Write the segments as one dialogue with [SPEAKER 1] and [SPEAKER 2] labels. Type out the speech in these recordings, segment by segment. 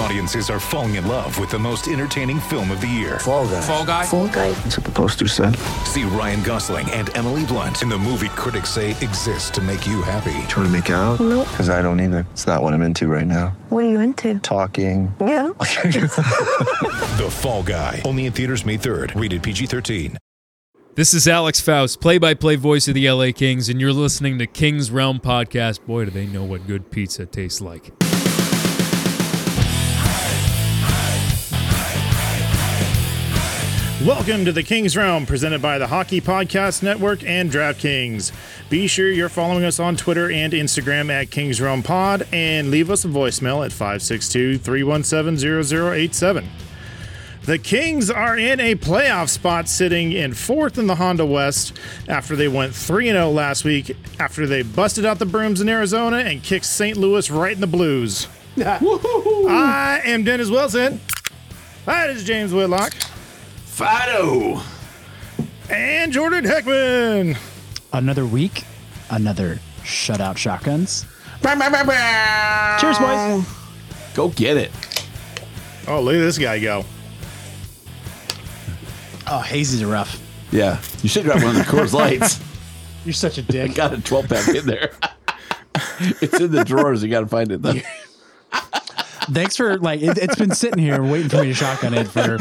[SPEAKER 1] Audiences are falling in love with the most entertaining film of the year.
[SPEAKER 2] Fall guy.
[SPEAKER 3] Fall guy.
[SPEAKER 4] Fall guy.
[SPEAKER 2] That's what the poster said.
[SPEAKER 1] See Ryan Gosling and Emily Blunt in the movie critics say exists to make you happy.
[SPEAKER 2] Trying to make it out?
[SPEAKER 4] Nope.
[SPEAKER 2] Because I don't either. It's not what I'm into right now.
[SPEAKER 4] What are you into?
[SPEAKER 2] Talking.
[SPEAKER 4] Yeah.
[SPEAKER 1] The Fall Guy. Only in theaters May 3rd. Rated PG-13.
[SPEAKER 5] This is Alex Faust, play by play voice of the LA Kings, and you're listening to King's Realm Podcast. Boy, do they know what good pizza tastes like.
[SPEAKER 6] Welcome to the King's Realm, presented by the Hockey Podcast Network and DraftKings. Be sure you're following us on Twitter and Instagram at King's Realm Pod and leave us a voicemail at 562 317 0087. The Kings are in a playoff spot, sitting in fourth in the Honda West after they went 3 0 last week, after they busted out the brooms in Arizona and kicked St. Louis right in the blues. I am Dennis Wilson. That is James Whitlock.
[SPEAKER 3] Fido.
[SPEAKER 6] And Jordan Heckman.
[SPEAKER 7] another week, another shutout shotguns. Cheers, boys.
[SPEAKER 3] Go get it.
[SPEAKER 6] Oh, look at this guy go.
[SPEAKER 7] Oh, hazy's rough.
[SPEAKER 3] Yeah. You should grab one of the Coors Lights.
[SPEAKER 7] You're such a
[SPEAKER 3] I
[SPEAKER 7] dick.
[SPEAKER 3] got a 12 pack in there. it's in the drawers. You got to find it though.
[SPEAKER 7] Thanks for like it, it's been sitting here waiting for me to shotgun it for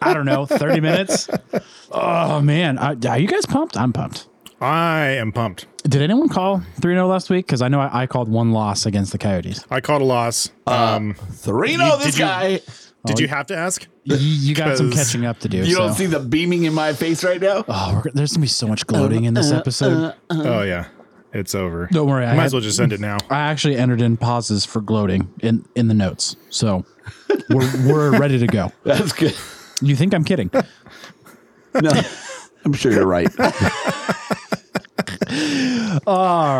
[SPEAKER 7] I don't know thirty minutes. Oh man, I, are you guys pumped? I'm pumped.
[SPEAKER 6] I am pumped.
[SPEAKER 7] Did anyone call three zero last week? Because I know I, I called one loss against the Coyotes.
[SPEAKER 6] I caught a loss. um,
[SPEAKER 3] Three no,
[SPEAKER 6] did
[SPEAKER 3] this
[SPEAKER 6] you-
[SPEAKER 3] guy. You,
[SPEAKER 6] did you have to ask?
[SPEAKER 7] Um, You, you got some
[SPEAKER 6] 'Cause
[SPEAKER 7] catching up to do.
[SPEAKER 3] don't
[SPEAKER 7] so-
[SPEAKER 3] see the beaming in my face right now?
[SPEAKER 7] Oh, we're, there's gonna be so much gloating in this episode.
[SPEAKER 6] oh yeah, it's over.
[SPEAKER 7] Don't worry, I
[SPEAKER 6] Might
[SPEAKER 7] had-
[SPEAKER 6] as well just end it now.
[SPEAKER 7] I actually entered in pauses for gloating in in the notes, so we're we're ready to go.
[SPEAKER 3] That's good.
[SPEAKER 7] You think I'm kidding?
[SPEAKER 3] No, I'm sure you're right.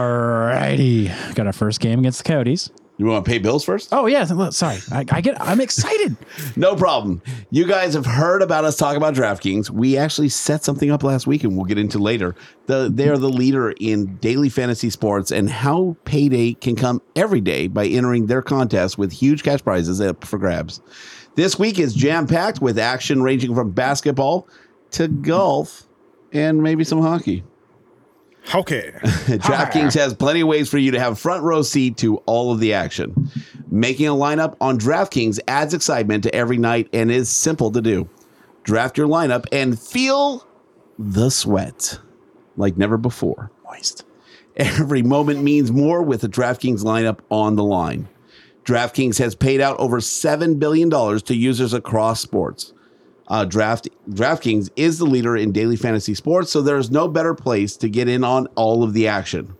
[SPEAKER 7] Alrighty. Got our first game against the Coyotes.
[SPEAKER 3] You want to pay bills first?
[SPEAKER 7] Oh yeah, th- sorry. I, I get I'm excited.
[SPEAKER 3] No problem. You guys have heard about us talk about DraftKings. We actually set something up last week and we'll get into later. The, they are the leader in daily fantasy sports and how payday can come every day by entering their contest with huge cash prizes up for grabs. This week is jam packed with action ranging from basketball to golf and maybe some hockey.
[SPEAKER 6] Okay.
[SPEAKER 3] DraftKings has plenty of ways for you to have front row seat to all of the action. Making a lineup on DraftKings adds excitement to every night and is simple to do. Draft your lineup and feel the sweat like never before. Moist. Every moment means more with the DraftKings lineup on the line. DraftKings has paid out over $7 billion to users across sports. Uh, Draft DraftKings is the leader in daily fantasy sports, so there is no better place to get in on all of the action.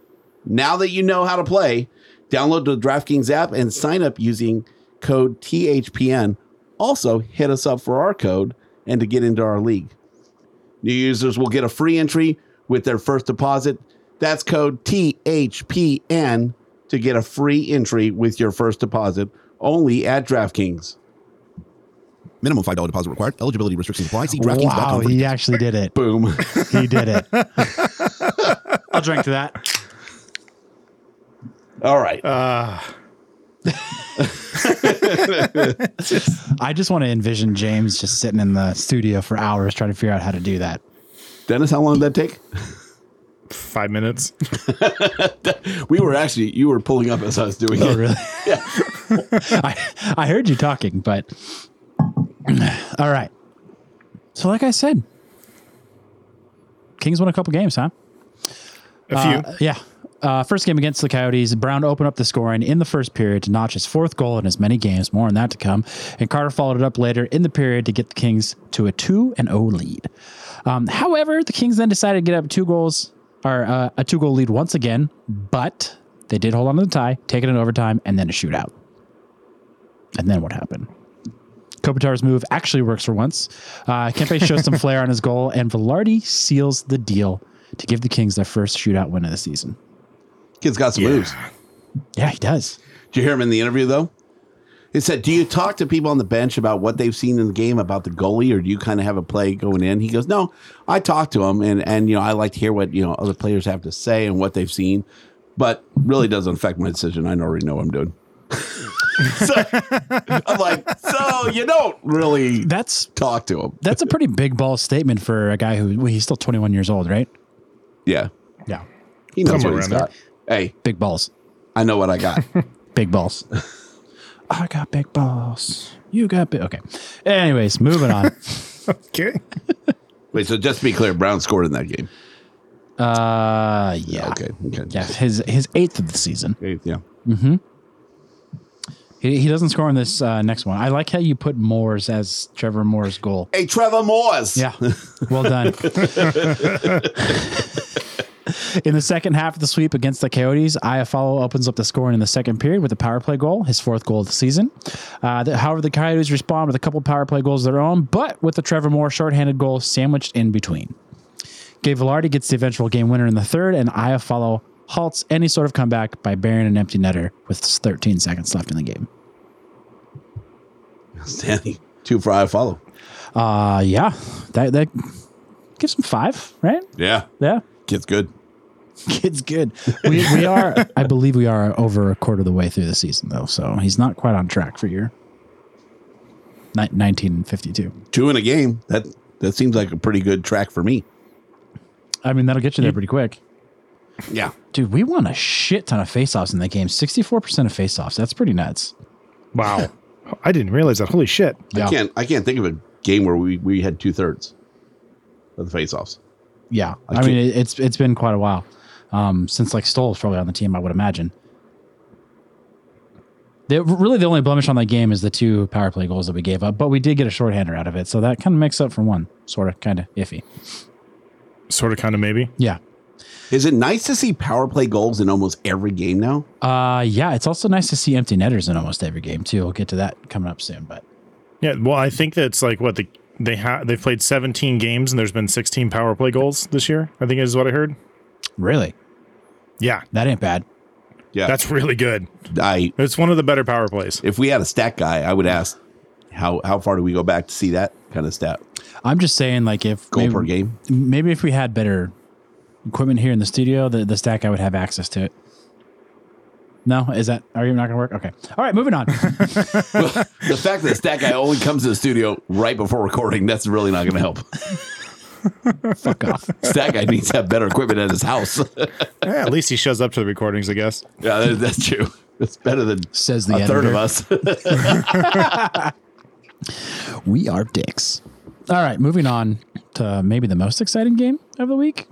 [SPEAKER 3] Now that you know how to play, download the DraftKings app and sign up using code THPN. Also, hit us up for our code and to get into our league. New users will get a free entry with their first deposit. That's code THPN to get a free entry with your first deposit only at DraftKings.
[SPEAKER 8] Minimum $5 deposit required. Eligibility restrictions apply. See
[SPEAKER 7] Wow,
[SPEAKER 8] DraftKings.com. for
[SPEAKER 7] he actually did it.
[SPEAKER 3] Boom.
[SPEAKER 7] He did it. I'll drink to that.
[SPEAKER 3] All right.
[SPEAKER 7] I just want to envision James just sitting in the studio for hours trying to figure out how to do that.
[SPEAKER 3] Dennis, how long did that take?
[SPEAKER 6] Five minutes.
[SPEAKER 3] We were actually you were pulling up as I was doing it.
[SPEAKER 7] really? I, I heard you talking, but all right. So, like I said, Kings won a couple games, huh?
[SPEAKER 6] A few.
[SPEAKER 7] Uh, yeah. Uh, first game against the Coyotes, Brown opened up the scoring in the first period to notch his fourth goal in as many games. More on that to come. And Carter followed it up later in the period to get the Kings to a two and zero lead. Um, however, the Kings then decided to get up two goals or uh, a two goal lead once again, but they did hold on to the tie, take it in overtime, and then a shootout. And then what happened? Kopitar's move actually works for once. Uh, Kempe shows some flair on his goal, and Velarde seals the deal to give the Kings their first shootout win of the season.
[SPEAKER 3] Kid's got some moves.
[SPEAKER 7] Yeah, he does.
[SPEAKER 3] Did you hear him in the interview though? He said, "Do you talk to people on the bench about what they've seen in the game about the goalie, or do you kind of have a play going in?" He goes, "No, I talk to them, and and you know I like to hear what you know other players have to say and what they've seen, but really doesn't affect my decision. I already know what I'm doing." so, I'm like, so you don't really
[SPEAKER 7] That's
[SPEAKER 3] talk to him,
[SPEAKER 7] that's a pretty big ball statement for a guy who well, he's still 21 years old, right?
[SPEAKER 3] yeah?
[SPEAKER 7] Yeah,
[SPEAKER 3] He knows
[SPEAKER 6] Come
[SPEAKER 3] what he's
[SPEAKER 6] around
[SPEAKER 3] got. Hey,
[SPEAKER 7] big balls,
[SPEAKER 3] I know what I got.
[SPEAKER 7] big balls. I got big balls. You got big. Okay. Anyways, moving on.
[SPEAKER 6] Okay.
[SPEAKER 3] Wait, so just to be clear, Brown scored in that game.
[SPEAKER 7] Uh, yeah.
[SPEAKER 3] Okay, okay,
[SPEAKER 7] Yeah, his his eighth of the season.
[SPEAKER 3] Eighth, yeah.
[SPEAKER 7] He, he doesn't score in this uh, next one. I like how you put Moore's as Trevor Moore's goal.
[SPEAKER 3] Hey, Trevor Moores.
[SPEAKER 7] Yeah. Well done. in the second half of the sweep against the Coyotes, Iafallo opens up the scoring in the second period with a power play goal, his fourth goal of the season. Uh, the- however, the Coyotes respond with a couple power play goals of their own, but with the Trevor Moore shorthanded goal sandwiched in between. Gabe Velarde gets the eventual game winner in the third, and Iafallo halts any sort of comeback by burying an empty netter with 13 seconds left in the game.
[SPEAKER 3] Standing two for I follow.
[SPEAKER 7] Uh, yeah, that, that gives him five, right?
[SPEAKER 3] Yeah,
[SPEAKER 7] Yeah.
[SPEAKER 3] kid's good.
[SPEAKER 7] Kid's good. We, we are, I believe, we are over a quarter of the way through the season though, so he's not quite on track for your ni- 1952.
[SPEAKER 3] two in a game. That that seems like a pretty good track for me.
[SPEAKER 7] I mean, that'll get you there pretty quick,
[SPEAKER 3] Yeah.
[SPEAKER 7] dude. We won a shit ton of faceoffs in that game. 64 percent of faceoffs. That's pretty nuts.
[SPEAKER 6] Wow. I didn't realize that. Holy shit.
[SPEAKER 7] Yeah,
[SPEAKER 3] I can't I can't think of a game where we, we had two thirds of the faceoffs.
[SPEAKER 7] yeah.
[SPEAKER 3] I
[SPEAKER 7] I, mean, it,
[SPEAKER 3] can't-
[SPEAKER 7] it's it's been quite a while um, since like Stoll's probably on the team. I would imagine. The, really, the only blemish on that game is the two power play goals that we gave up, but we did get a shorthander out of it, so that kind of makes up for one. Sort of, kind of iffy.
[SPEAKER 6] Sort of, kind of, maybe.
[SPEAKER 7] Yeah.
[SPEAKER 3] Is it nice to see power play goals in almost every game now?
[SPEAKER 7] Uh, yeah, it's also nice to see empty netters in almost every game too. We'll get to that coming up soon, but
[SPEAKER 6] Yeah. Well, I think that's like what the they have. They've played 17 games and there's been 16 power play goals this year. I think is what I heard.
[SPEAKER 7] really,
[SPEAKER 6] Yeah,
[SPEAKER 7] that ain't bad.
[SPEAKER 3] Yeah.
[SPEAKER 6] that's really good.
[SPEAKER 3] I
[SPEAKER 6] It's one of the better power plays.
[SPEAKER 3] if we had a stat guy, I would ask how how far do we go back to see that kind of stat?
[SPEAKER 7] I'm just saying, like if
[SPEAKER 3] Goal
[SPEAKER 7] maybe,
[SPEAKER 3] per game.
[SPEAKER 7] maybe if we had better equipment here in the studio, the the stack I would have access to it. No, is that are you not gonna work? Okay, all right, moving on.
[SPEAKER 3] the fact that stat guy only comes to the studio right before recording, that's really not gonna help.
[SPEAKER 7] Fuck off.
[SPEAKER 3] Stat guy needs to have better equipment at his house. yeah,
[SPEAKER 6] Yeah, Eh, at least he shows up to the recordings, I guess.
[SPEAKER 3] that, that's true. It's better than
[SPEAKER 7] Says the
[SPEAKER 3] a third of
[SPEAKER 7] editor.
[SPEAKER 3] us.
[SPEAKER 7] We are dicks. All right, moving on to maybe the most exciting game of the week.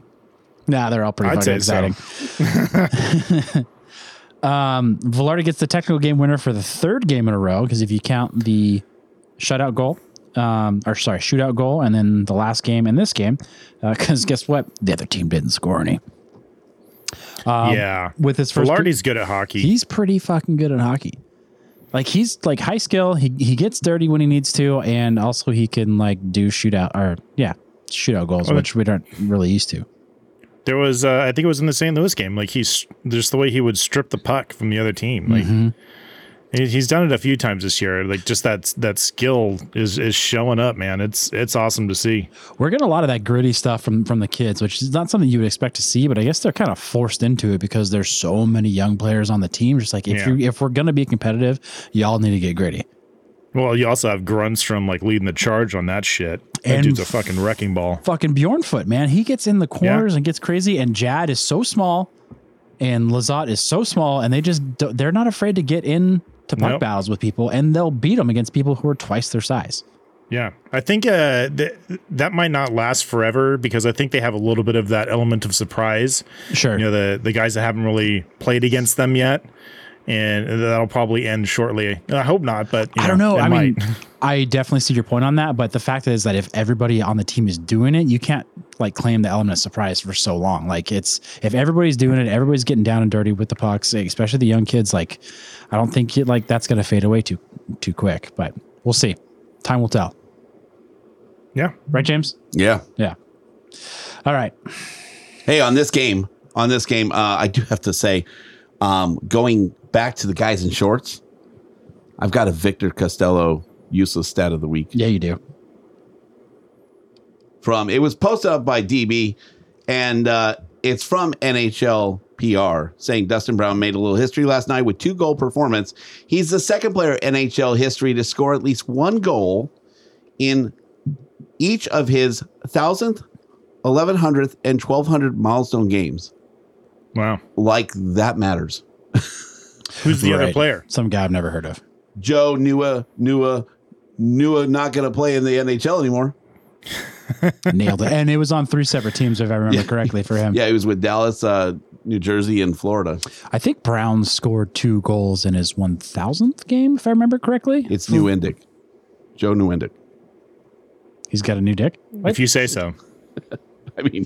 [SPEAKER 7] Nah, they're all pretty
[SPEAKER 6] I'd
[SPEAKER 7] fucking
[SPEAKER 6] say so.
[SPEAKER 7] exciting. um, Velarde gets the technical game winner for the third game in a row because if you count the shutout goal, um, or sorry, shootout goal, and then the last game and this game, because guess what? The other team didn't score any.
[SPEAKER 6] yeah.
[SPEAKER 7] Um, with his first-
[SPEAKER 6] Velarde's good at hockey.
[SPEAKER 7] He's pretty fucking good at hockey. Like he's like high skill. He he gets dirty when he needs to, and also he can like do shootout or yeah shootout goals,
[SPEAKER 6] Well,
[SPEAKER 7] which we aren't really used to.
[SPEAKER 6] there was, uh, I think it was in the St. Louis game. Like he's just the way he would strip the puck from the other team. Like
[SPEAKER 7] Mm-hmm.
[SPEAKER 6] he- he's done it a few times this year. Like just that that skill is is showing up, man. It's it's awesome to see.
[SPEAKER 7] We're getting a lot of that gritty stuff from from the kids, which is not something you would expect to see, but I guess they're kind of forced into it because there's so many young players on the team. Just like if
[SPEAKER 6] Yeah.
[SPEAKER 7] you if we're gonna be competitive, y'all need to get gritty.
[SPEAKER 6] Well, you also have Grunstrom like leading the charge on that shit. That
[SPEAKER 7] And-
[SPEAKER 6] dude's a fucking wrecking ball.
[SPEAKER 7] fucking Bjornfoot, man. He gets in the corners and gets crazy. And Jad is so small, and Lazat is so small, and they just do- they're not afraid to get in to puck
[SPEAKER 6] Nope.
[SPEAKER 7] battles with people, and they'll beat them against people who are twice their size.
[SPEAKER 6] Yeah, I think uh, th- that might not last forever because I think they have a little bit of that element of surprise.
[SPEAKER 7] Sure.
[SPEAKER 6] You know, the the guys that haven't really played against them yet, and that'll probably end shortly. I hope not, but you
[SPEAKER 7] I don't know.
[SPEAKER 6] it
[SPEAKER 7] I mean,
[SPEAKER 6] might.
[SPEAKER 7] I definitely see your point on that, but the fact is that if everybody on the team is doing it, you can't like claim the element of surprise for so long. Like it's if everybody's doing it, everybody's getting down and dirty with the pucks, especially the young kids. Like, I don't think it, like that's gonna fade away too too quick. But we'll see. Time will tell.
[SPEAKER 6] yeah,
[SPEAKER 7] Right, James?
[SPEAKER 3] Yeah.
[SPEAKER 7] Yeah. All right.
[SPEAKER 3] Hey, on this game, on this game, uh, I do have to say, um, going back to the guys in shorts, I've got a Victor Costello useless stat of the week
[SPEAKER 7] Yeah, you do.
[SPEAKER 3] from. It was posted up by DB, and uh, it's from NHL PR saying Dustin Brown made a little history last night with two goal performance. He's the second player in NHL history to score at least one goal in each of his thousandth, eleven hundredth, and twelve hundred milestone games.
[SPEAKER 6] wow.
[SPEAKER 3] Like that matters.
[SPEAKER 6] Who's the other
[SPEAKER 7] Right.
[SPEAKER 6] player?
[SPEAKER 7] Some guy I've never heard of.
[SPEAKER 3] Joe Nua Nua Nua not going to play in the NHL anymore.
[SPEAKER 7] Nailed it. And it was on three separate teams, if I remember correctly, for him.
[SPEAKER 3] Yeah, he was with Dallas, uh, New Jersey, and Florida.
[SPEAKER 7] I think Brown scored two goals in his 1000th game, if I remember correctly.
[SPEAKER 3] It's New Endic. Joe New Endic.
[SPEAKER 7] He's got a new dick.
[SPEAKER 6] If you say so.
[SPEAKER 3] I mean,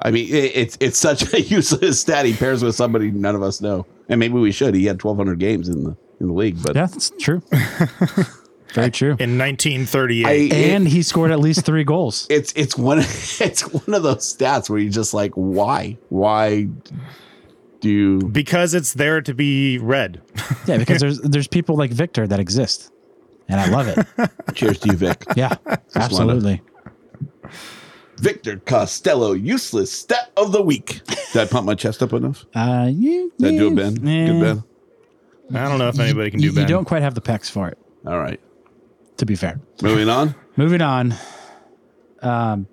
[SPEAKER 3] I mean, it, it's it's such a useless stat. He pairs with somebody none of us know, and maybe we should. He had twelve hundred games in the in the league, but
[SPEAKER 7] Yeah, that's true. Very true.
[SPEAKER 6] In 1938.
[SPEAKER 3] I, it-
[SPEAKER 7] And he scored at least three goals.
[SPEAKER 3] it's it's one it's one of those stats where you're just like, why, why do you?
[SPEAKER 6] because it's there to be read.
[SPEAKER 7] Yeah, because there's there's people like Victor that exist, and I love it.
[SPEAKER 3] Cheers to you, Vic.
[SPEAKER 7] Yeah, absolutely.
[SPEAKER 3] Victor Costello, useless stat of the week. Did I pump my chest up enough?
[SPEAKER 7] Uh, you,
[SPEAKER 3] Did I do
[SPEAKER 7] you-
[SPEAKER 3] it, Ben?
[SPEAKER 7] eh,
[SPEAKER 3] Good, Ben.
[SPEAKER 6] I don't know if anybody can
[SPEAKER 7] You,
[SPEAKER 6] do
[SPEAKER 7] you
[SPEAKER 6] better.
[SPEAKER 7] don't quite have the pecs for it,
[SPEAKER 3] All right.
[SPEAKER 7] to be fair.
[SPEAKER 3] Moving on.
[SPEAKER 7] Moving on. Um,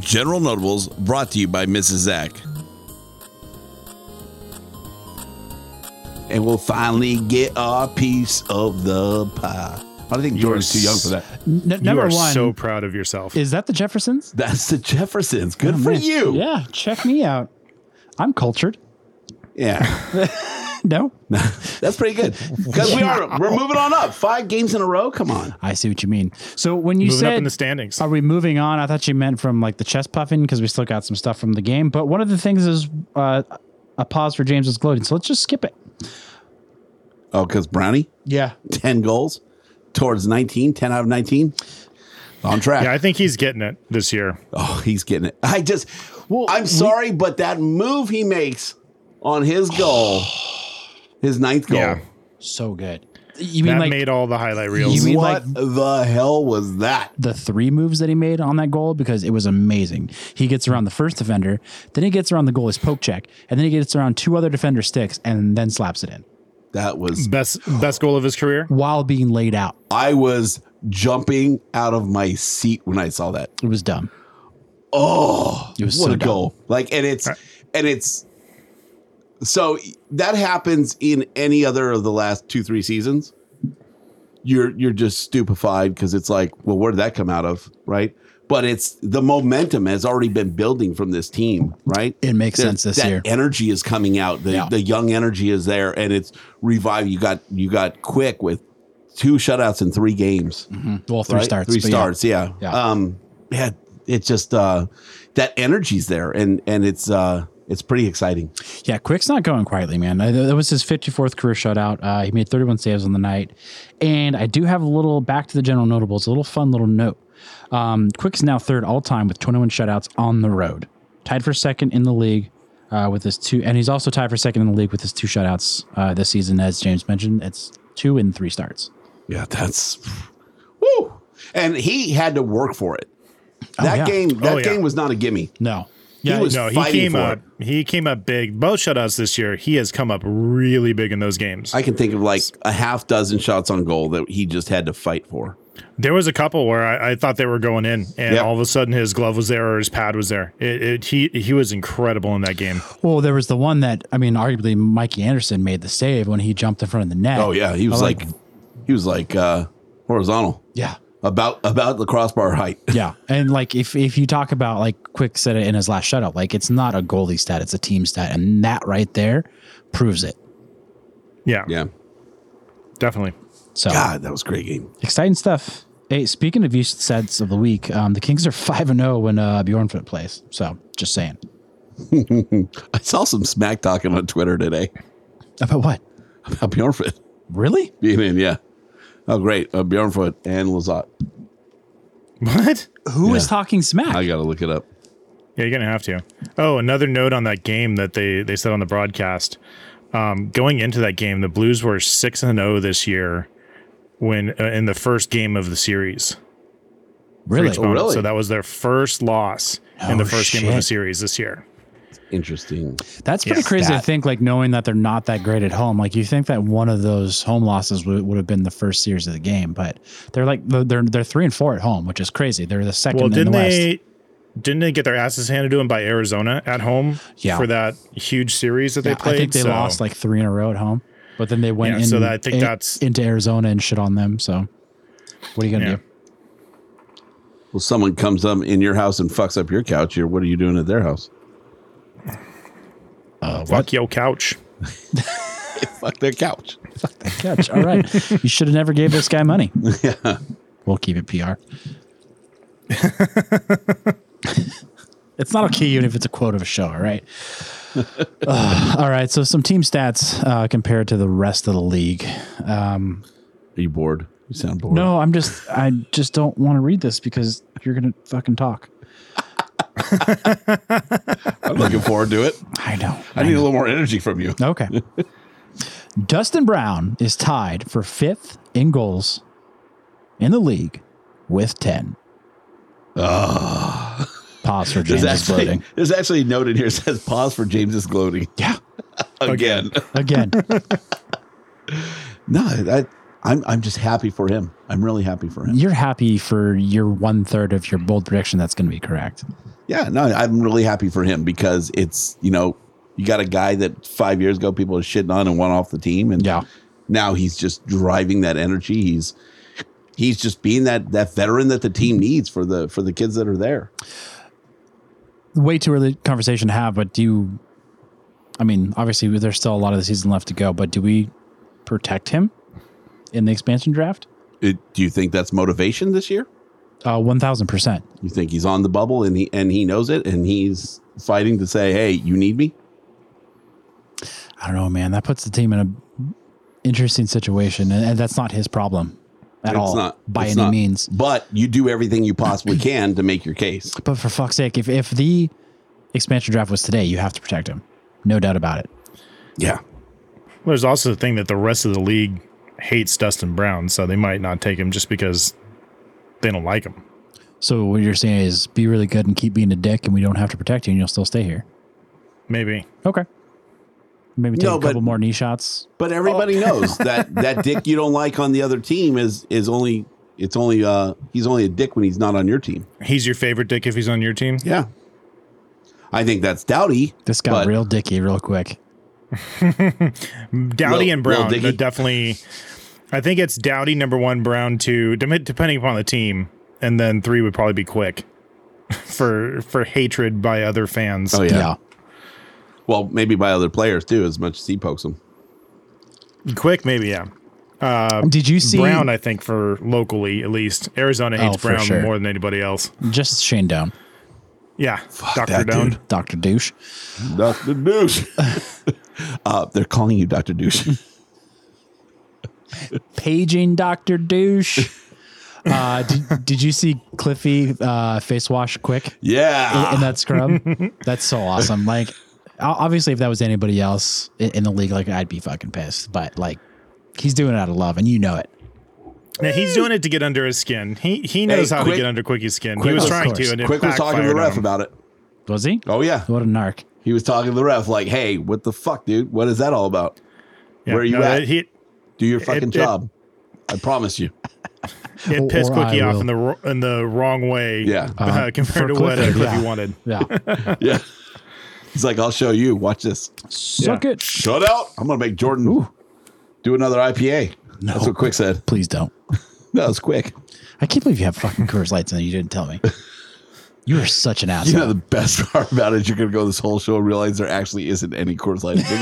[SPEAKER 9] General Notables brought to you by Mrs. Zach.
[SPEAKER 3] And we'll finally get our piece of the pie. I think Jordan's too young for that.
[SPEAKER 7] n-
[SPEAKER 6] you
[SPEAKER 7] number
[SPEAKER 6] are
[SPEAKER 7] one
[SPEAKER 6] so proud of yourself.
[SPEAKER 7] is that the Jeffersons?
[SPEAKER 3] That's the Jeffersons. Good for
[SPEAKER 7] Oh, Man,
[SPEAKER 3] you.
[SPEAKER 7] Yeah, check me out. I'm cultured.
[SPEAKER 3] Yeah.
[SPEAKER 7] No,
[SPEAKER 3] That's pretty good. Because we are we're moving on up. Five games in a row. Come on.
[SPEAKER 7] I see what you mean. So when you
[SPEAKER 6] Moving
[SPEAKER 7] said
[SPEAKER 6] up in the standings.
[SPEAKER 7] Are we moving on? I thought you meant from like the chest puffing because we still got some stuff from the game. But one of the things is uh, a pause for James's gloating. So let's just skip it.
[SPEAKER 3] Oh, because Brownie,
[SPEAKER 7] Yeah.
[SPEAKER 3] 10 goals towards 19, 10 out of 19. On track.
[SPEAKER 6] yeah, I think he's getting it this year.
[SPEAKER 3] Oh, he's getting it. I just, I'm sorry, but that move he makes on his goal, his ninth goal.
[SPEAKER 6] Yeah.
[SPEAKER 7] So good. You mean
[SPEAKER 6] That
[SPEAKER 7] like
[SPEAKER 6] made all the highlight reels.
[SPEAKER 7] You mean
[SPEAKER 3] what
[SPEAKER 7] like-
[SPEAKER 3] the hell was that?
[SPEAKER 7] the three moves that he made on that goal? Because it was amazing. He gets around the first defender, then he gets around the goalie's poke check, and then he gets around two other defender sticks and then slaps it in
[SPEAKER 3] That was,
[SPEAKER 6] best best goal of his career.
[SPEAKER 7] while being laid out.
[SPEAKER 3] I was jumping out of my seat when I saw that.
[SPEAKER 7] It was dumb.
[SPEAKER 3] Oh,
[SPEAKER 7] It was
[SPEAKER 3] what
[SPEAKER 7] so
[SPEAKER 3] a
[SPEAKER 7] dumb.
[SPEAKER 3] goal. Like, and it's, and it's, so that happens in any other of the last two, three seasons. You're, you're just stupefied because it's like, well, where did that come out of? Right. But it's the momentum has already been building from this team, right?
[SPEAKER 7] It makes
[SPEAKER 3] That-
[SPEAKER 7] sense this
[SPEAKER 3] that
[SPEAKER 7] year.
[SPEAKER 3] Energy is coming out. The,
[SPEAKER 7] Yeah.
[SPEAKER 3] the young energy is there and it's revived. You got, you got quick with two shutouts in three games
[SPEAKER 7] Mm-hmm. Well, three
[SPEAKER 3] Hmm. right?
[SPEAKER 7] starts.
[SPEAKER 3] Three
[SPEAKER 7] but yeah.
[SPEAKER 3] starts, yeah.
[SPEAKER 7] Yeah.
[SPEAKER 3] Um, yeah, it's just uh, that energy's there, and and it's uh, it's pretty exciting.
[SPEAKER 7] Yeah, Quick's not going quietly, man. I- That was his 54th career shutout. Uh, he made 31 saves on the night. And I do have a little back to the general notables, a little fun little note. Um, Quick's now third all time with 21 shutouts on the road, tied for second in the league uh, with his two, and he's also tied for second in the league with his two shutouts uh, this season, as James mentioned. It's two and three starts.
[SPEAKER 3] Yeah, that's woo. And he had to work for it. That
[SPEAKER 7] yeah.
[SPEAKER 3] game, that
[SPEAKER 6] Oh, yeah.
[SPEAKER 3] game was not a gimme.
[SPEAKER 7] No.
[SPEAKER 3] he was
[SPEAKER 6] no, he
[SPEAKER 3] fighting
[SPEAKER 6] came
[SPEAKER 3] for
[SPEAKER 6] up.
[SPEAKER 3] it.
[SPEAKER 6] He came up big. Both shutouts this year. He has come up really big in those games.
[SPEAKER 3] I can think of like a half dozen shots on goal that he just had to fight for.
[SPEAKER 6] There was a couple where I, I thought they were going in, and
[SPEAKER 3] Yep.
[SPEAKER 6] all of a sudden his glove was there or his pad was there. It, it, he he was incredible in that game.
[SPEAKER 7] Well, there was the one that I mean, arguably Mikey Anderson made the save when he jumped in front of the net.
[SPEAKER 3] Oh yeah, he was
[SPEAKER 7] I
[SPEAKER 3] like, he was like uh, horizontal,
[SPEAKER 7] yeah,
[SPEAKER 3] about about the crossbar height.
[SPEAKER 7] yeah, and like if if you talk about like Quick said it in his last shutout, like it's not a goalie stat, it's a team stat, and that right there proves it.
[SPEAKER 6] Yeah,
[SPEAKER 3] Yeah,
[SPEAKER 6] definitely.
[SPEAKER 7] So
[SPEAKER 3] God, that was a great game.
[SPEAKER 7] exciting stuff. Hey, speaking of use sets of the week, um, the Kings are five and zero when uh, Bjornfoot plays. So just saying
[SPEAKER 3] I saw some smack talking on Twitter today
[SPEAKER 7] about what
[SPEAKER 3] about Bjornfoot
[SPEAKER 7] really?
[SPEAKER 3] being in. Yeah, oh great, uh, Bjornfoot and Lazat.
[SPEAKER 6] What?
[SPEAKER 7] Who is
[SPEAKER 3] Yeah.
[SPEAKER 7] talking smack?
[SPEAKER 3] I got to look it up.
[SPEAKER 6] Yeah, you're gonna have to. Oh, another note on that game that they they said on the broadcast. Um, going into that game, the Blues were six and zero this year when uh, in the first game of the series.
[SPEAKER 7] really?
[SPEAKER 3] Oh, really?
[SPEAKER 6] So that was their first loss in
[SPEAKER 7] Oh,
[SPEAKER 6] the first game of the
[SPEAKER 7] shit.
[SPEAKER 6] series this year.
[SPEAKER 3] Interesting.
[SPEAKER 7] That's pretty
[SPEAKER 6] Yeah.
[SPEAKER 7] crazy
[SPEAKER 3] That-
[SPEAKER 7] to think, like knowing that they're not that great at home. Like you think that one of those home losses would, would have been the first series of the game, but they're like they're they're- they're three and four at home, which is crazy. They're the second
[SPEAKER 6] Well,
[SPEAKER 7] in the
[SPEAKER 6] didn't
[SPEAKER 7] West.
[SPEAKER 6] they? Didn't they get their asses handed to them by Arizona at home
[SPEAKER 7] Yeah.
[SPEAKER 6] for that huge series that
[SPEAKER 7] Yeah,
[SPEAKER 6] they played?
[SPEAKER 7] I think they
[SPEAKER 6] So-
[SPEAKER 7] lost like three in a row at home, but then they went
[SPEAKER 6] Yeah,
[SPEAKER 7] in,
[SPEAKER 6] so that- I think
[SPEAKER 7] in-
[SPEAKER 6] that's-
[SPEAKER 7] into Arizona and shit on them. So what are you gonna
[SPEAKER 6] Yeah.
[SPEAKER 7] do?
[SPEAKER 3] Well, someone comes up in your house and fucks up your couch. You're, what are you doing at their house? Uh,
[SPEAKER 6] Fuck yo couch.
[SPEAKER 3] Fuck their couch.
[SPEAKER 7] Catch. All right, you should have never gave this guy money. We'll keep it PR. it's not okay even if it's a quote of a show. All right. Ugh, all right. So some team stats uh, compared to the rest of the league.
[SPEAKER 3] Are you bored? You sound bored.
[SPEAKER 7] No, I'm just I just don't want to read this because you're gonna fucking talk.
[SPEAKER 3] I'm looking forward to it.
[SPEAKER 7] I know.
[SPEAKER 3] I need a little more energy from you.
[SPEAKER 7] Okay. Dustin Brown is tied for fifth in goals in the league with 10. Pause for James
[SPEAKER 3] There's
[SPEAKER 7] is
[SPEAKER 3] actually,
[SPEAKER 7] floating.
[SPEAKER 3] there's actually a note in here that says pause for James's gloating.
[SPEAKER 7] Yeah.
[SPEAKER 3] Again.
[SPEAKER 7] Again.
[SPEAKER 3] no, I, I'm, I'm just happy for him. I'm really happy for him.
[SPEAKER 7] You're happy for your one third of your bold prediction that's going to be correct.
[SPEAKER 3] Yeah, no, I'm really happy for him because it's, you know, you got a guy that five years ago people were shitting on and won off the team. And
[SPEAKER 7] Yeah.
[SPEAKER 3] now he's just driving that energy. He's, he's just being that, that veteran that the team needs for the, for the kids that are there.
[SPEAKER 7] Way too early conversation to have, but do you, I mean, obviously there's still a lot of the season left to go, but do we protect him in the expansion draft?
[SPEAKER 3] It, Uh, do you think that's motivation this year?
[SPEAKER 7] Uh, 1000%.
[SPEAKER 3] You think he's on the bubble and he, and he knows it and he's fighting to say, Hey, you need me?
[SPEAKER 7] I don't know, man. That puts the team in a interesting situation, and, and that's not his problem at all by
[SPEAKER 3] it's
[SPEAKER 7] any
[SPEAKER 3] not.
[SPEAKER 7] means.
[SPEAKER 3] But you do everything you possibly can to make your case.
[SPEAKER 7] But for fuck's sake, if if the expansion draft was today, you have to protect him, no doubt about it.
[SPEAKER 3] Yeah.
[SPEAKER 6] There's also the thing that the rest of the league hates Dustin Brown, so they might not take him just because they don't like him.
[SPEAKER 7] So what you're saying is be really good and keep being a dick, and we don't have to protect you, and you'll still stay here.
[SPEAKER 6] Maybe.
[SPEAKER 7] Okay. Maybe take
[SPEAKER 3] No,
[SPEAKER 7] a
[SPEAKER 3] but-
[SPEAKER 7] couple more knee shots.
[SPEAKER 3] But everybody knows that that dick you don't like on the other team is is only it's only uh he's only a dick when he's not on your team.
[SPEAKER 6] He's your favorite dick if he's on your team.
[SPEAKER 3] Yeah. I think that's Dowdy.
[SPEAKER 7] This got
[SPEAKER 3] but
[SPEAKER 7] real dicky real quick.
[SPEAKER 6] Dowdy
[SPEAKER 3] Lil-
[SPEAKER 6] and Brown,
[SPEAKER 3] Lil Dicky.
[SPEAKER 6] they're definitely. I think it's Dowdy number one, Brown two, dem- depending upon the team, and then three would probably be quick for for hatred by other fans.
[SPEAKER 3] Oh yeah.
[SPEAKER 7] Yeah.
[SPEAKER 3] Well, maybe by other players too, as much as he pokes them.
[SPEAKER 6] Quick, maybe yeah.
[SPEAKER 7] Did you see
[SPEAKER 6] Brown, I think for locally at least, Arizona hates
[SPEAKER 7] Oh, for
[SPEAKER 6] Brown
[SPEAKER 7] sure.
[SPEAKER 6] more than anybody else.
[SPEAKER 7] just Shane Down,
[SPEAKER 6] Yeah, Doctor
[SPEAKER 3] that
[SPEAKER 6] Down.
[SPEAKER 3] dude.
[SPEAKER 7] Doctor Douche?
[SPEAKER 3] Dr. Douche. uh they're calling you Dr. Douche.
[SPEAKER 7] paging Dr. Douche. Uh, did, did you see Cliffy uh, face wash quick
[SPEAKER 3] Yeah.
[SPEAKER 7] in that scrub? That's so awesome. Like, o- obviously, if that was anybody else i- in the league, like, I'd be fucking pissed. But, like, he's doing it out of love, and you know it.
[SPEAKER 6] Now he's doing it to get under his skin. He he knows how
[SPEAKER 3] Quick-
[SPEAKER 6] to get under Quickie's skin.
[SPEAKER 7] Quick
[SPEAKER 6] he was
[SPEAKER 7] was-
[SPEAKER 6] trying
[SPEAKER 7] of
[SPEAKER 6] to,
[SPEAKER 7] course.
[SPEAKER 6] and it
[SPEAKER 3] Quick was talking to the
[SPEAKER 6] backfired on
[SPEAKER 3] ref
[SPEAKER 6] him.
[SPEAKER 3] about it.
[SPEAKER 7] Was he?
[SPEAKER 3] Oh yeah.
[SPEAKER 7] What a narc.
[SPEAKER 3] He was talking to the ref like, "Hey, what the fuck, dude? What is that all about?
[SPEAKER 6] Yeah,
[SPEAKER 3] Where are you
[SPEAKER 6] no,
[SPEAKER 3] at?
[SPEAKER 6] He,
[SPEAKER 3] Do your fucking
[SPEAKER 6] it-
[SPEAKER 3] job. I promise you."
[SPEAKER 7] Or-
[SPEAKER 6] It pissed
[SPEAKER 7] or
[SPEAKER 6] Quickie
[SPEAKER 7] I
[SPEAKER 6] off
[SPEAKER 7] will.
[SPEAKER 6] in the wr- in the wrong way.
[SPEAKER 3] Yeah. Uh-huh.
[SPEAKER 6] uh, compared to
[SPEAKER 7] for
[SPEAKER 6] what uh,
[SPEAKER 7] Clifford,
[SPEAKER 6] Cliffy
[SPEAKER 7] yeah.
[SPEAKER 6] wanted.
[SPEAKER 7] Yeah.
[SPEAKER 3] Yeah. He's like, I'll show you. Watch this.
[SPEAKER 7] Suck it.
[SPEAKER 3] Shut out. I'm going to make Jordan do another IPA. That's what Quick said.
[SPEAKER 7] Please don't.
[SPEAKER 3] No, it's Quick.
[SPEAKER 7] I can't believe you have fucking Coors Lights and you didn't tell me. You are such an
[SPEAKER 3] You
[SPEAKER 7] asshole.
[SPEAKER 3] know, the best part about it is you're going to go this whole show and realize there actually isn't any Coors Light in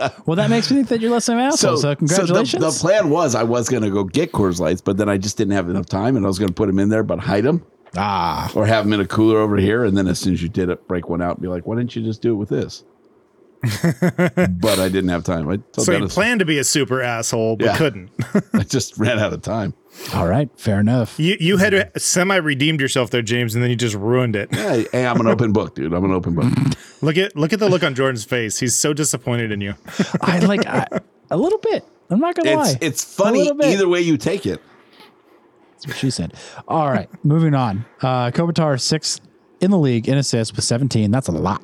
[SPEAKER 3] there.
[SPEAKER 7] Well, that makes me think that you're less of an asshole. So,
[SPEAKER 3] So
[SPEAKER 7] congratulations.
[SPEAKER 3] the, the plan was I was going to go get Coors Lights, but then I just didn't have enough time and I was going to put them in there, but hide them
[SPEAKER 7] ah,
[SPEAKER 3] or have them in a cooler over here. And then as soon as you did it, break one out and be like, why didn't you just do it with this? but I didn't have time. I, told
[SPEAKER 6] So he
[SPEAKER 3] Dennis,
[SPEAKER 6] planned to be a super asshole, but
[SPEAKER 3] Yeah.
[SPEAKER 6] couldn't.
[SPEAKER 3] I just ran out of time.
[SPEAKER 7] all right, fair enough.
[SPEAKER 6] You you had semi redeemed yourself there, James, and then you just ruined it.
[SPEAKER 3] Hey, hey, I'm an open book, dude. I'm an open book.
[SPEAKER 6] Look at look at the look on Jordan's face. He's so disappointed in you.
[SPEAKER 7] I like I, a little bit. I'm not gonna
[SPEAKER 3] It's
[SPEAKER 7] lie.
[SPEAKER 3] it's
[SPEAKER 7] A
[SPEAKER 3] funny
[SPEAKER 7] little bit.
[SPEAKER 3] either way you take it.
[SPEAKER 7] That's what she said. All right, moving on. Uh, Kopitar sixth in the league in assists with 17. That's a lot.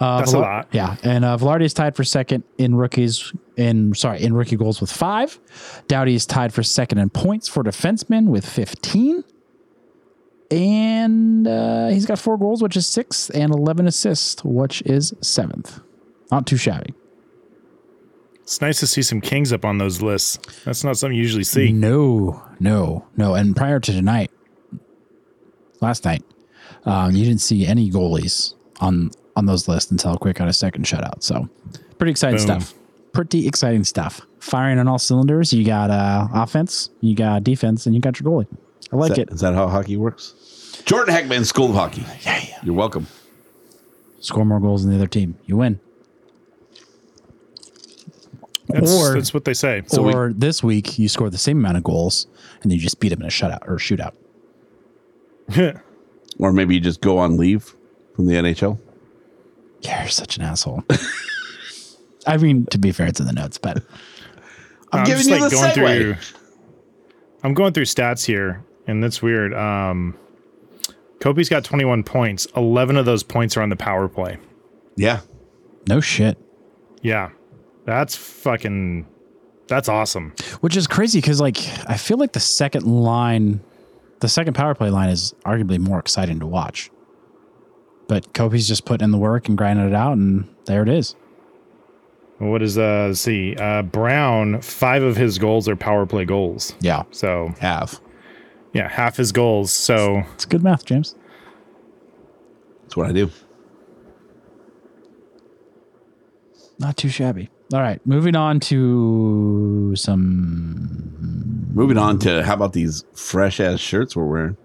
[SPEAKER 7] Uh,
[SPEAKER 6] That's a lot.
[SPEAKER 7] Yeah, and uh, Velarde is tied for second in rookies in sorry in rookie goals with five. Dowdy is tied for second in points for defensemen with 15. And uh, he's got four goals, which is sixth, and 11 assists, which is seventh. Not too shabby.
[SPEAKER 6] It's nice to see some kings up on those lists. That's not something you usually see.
[SPEAKER 7] No, no, no. And prior to tonight, last night, um, you didn't see any goalies on on those lists until Quick got a second shutout. So, pretty exciting
[SPEAKER 6] Boom.
[SPEAKER 7] stuff. Pretty exciting stuff. Firing on all cylinders. You got uh, offense, you got defense, and you got your goalie. I like
[SPEAKER 3] Is
[SPEAKER 7] it.
[SPEAKER 3] that- is that how hockey works? Jordan Heckman, School of Hockey. Yeah, yeah. You're welcome.
[SPEAKER 7] Score more goals than the other team. You win.
[SPEAKER 6] That's,
[SPEAKER 7] Or-
[SPEAKER 6] that's what they say.
[SPEAKER 7] or this week, you score the same amount of goals, and then you just beat them in a shutout or shootout.
[SPEAKER 3] Or maybe you just go on leave from the NHL.
[SPEAKER 7] Yeah, you're such an asshole. I mean, to be fair, it's in the notes, but
[SPEAKER 3] I'm, giving
[SPEAKER 6] just,
[SPEAKER 3] you
[SPEAKER 6] like,
[SPEAKER 3] the
[SPEAKER 6] going
[SPEAKER 3] segue.
[SPEAKER 6] through- I'm going through stats here, and that's weird. Um, Kopi's got 21 points. 11 of those points are on the power play.
[SPEAKER 3] Yeah.
[SPEAKER 7] no shit.
[SPEAKER 6] Yeah, that's fucking. That's awesome.
[SPEAKER 7] Which is crazy because, like, I feel like the second line, the second power play line is arguably more exciting to watch. But Kobe's just putting in the work and grinding it out, and there it is.
[SPEAKER 6] What is uh? Let's see, uh, Brown. Five of his goals are power play goals.
[SPEAKER 7] Yeah.
[SPEAKER 6] So
[SPEAKER 3] Have.
[SPEAKER 6] yeah, half his goals. So
[SPEAKER 7] It's good math, James.
[SPEAKER 3] That's what I do.
[SPEAKER 7] Not too shabby. All right. Moving on to some.
[SPEAKER 3] Moving on to how about these fresh ass shirts we're wearing?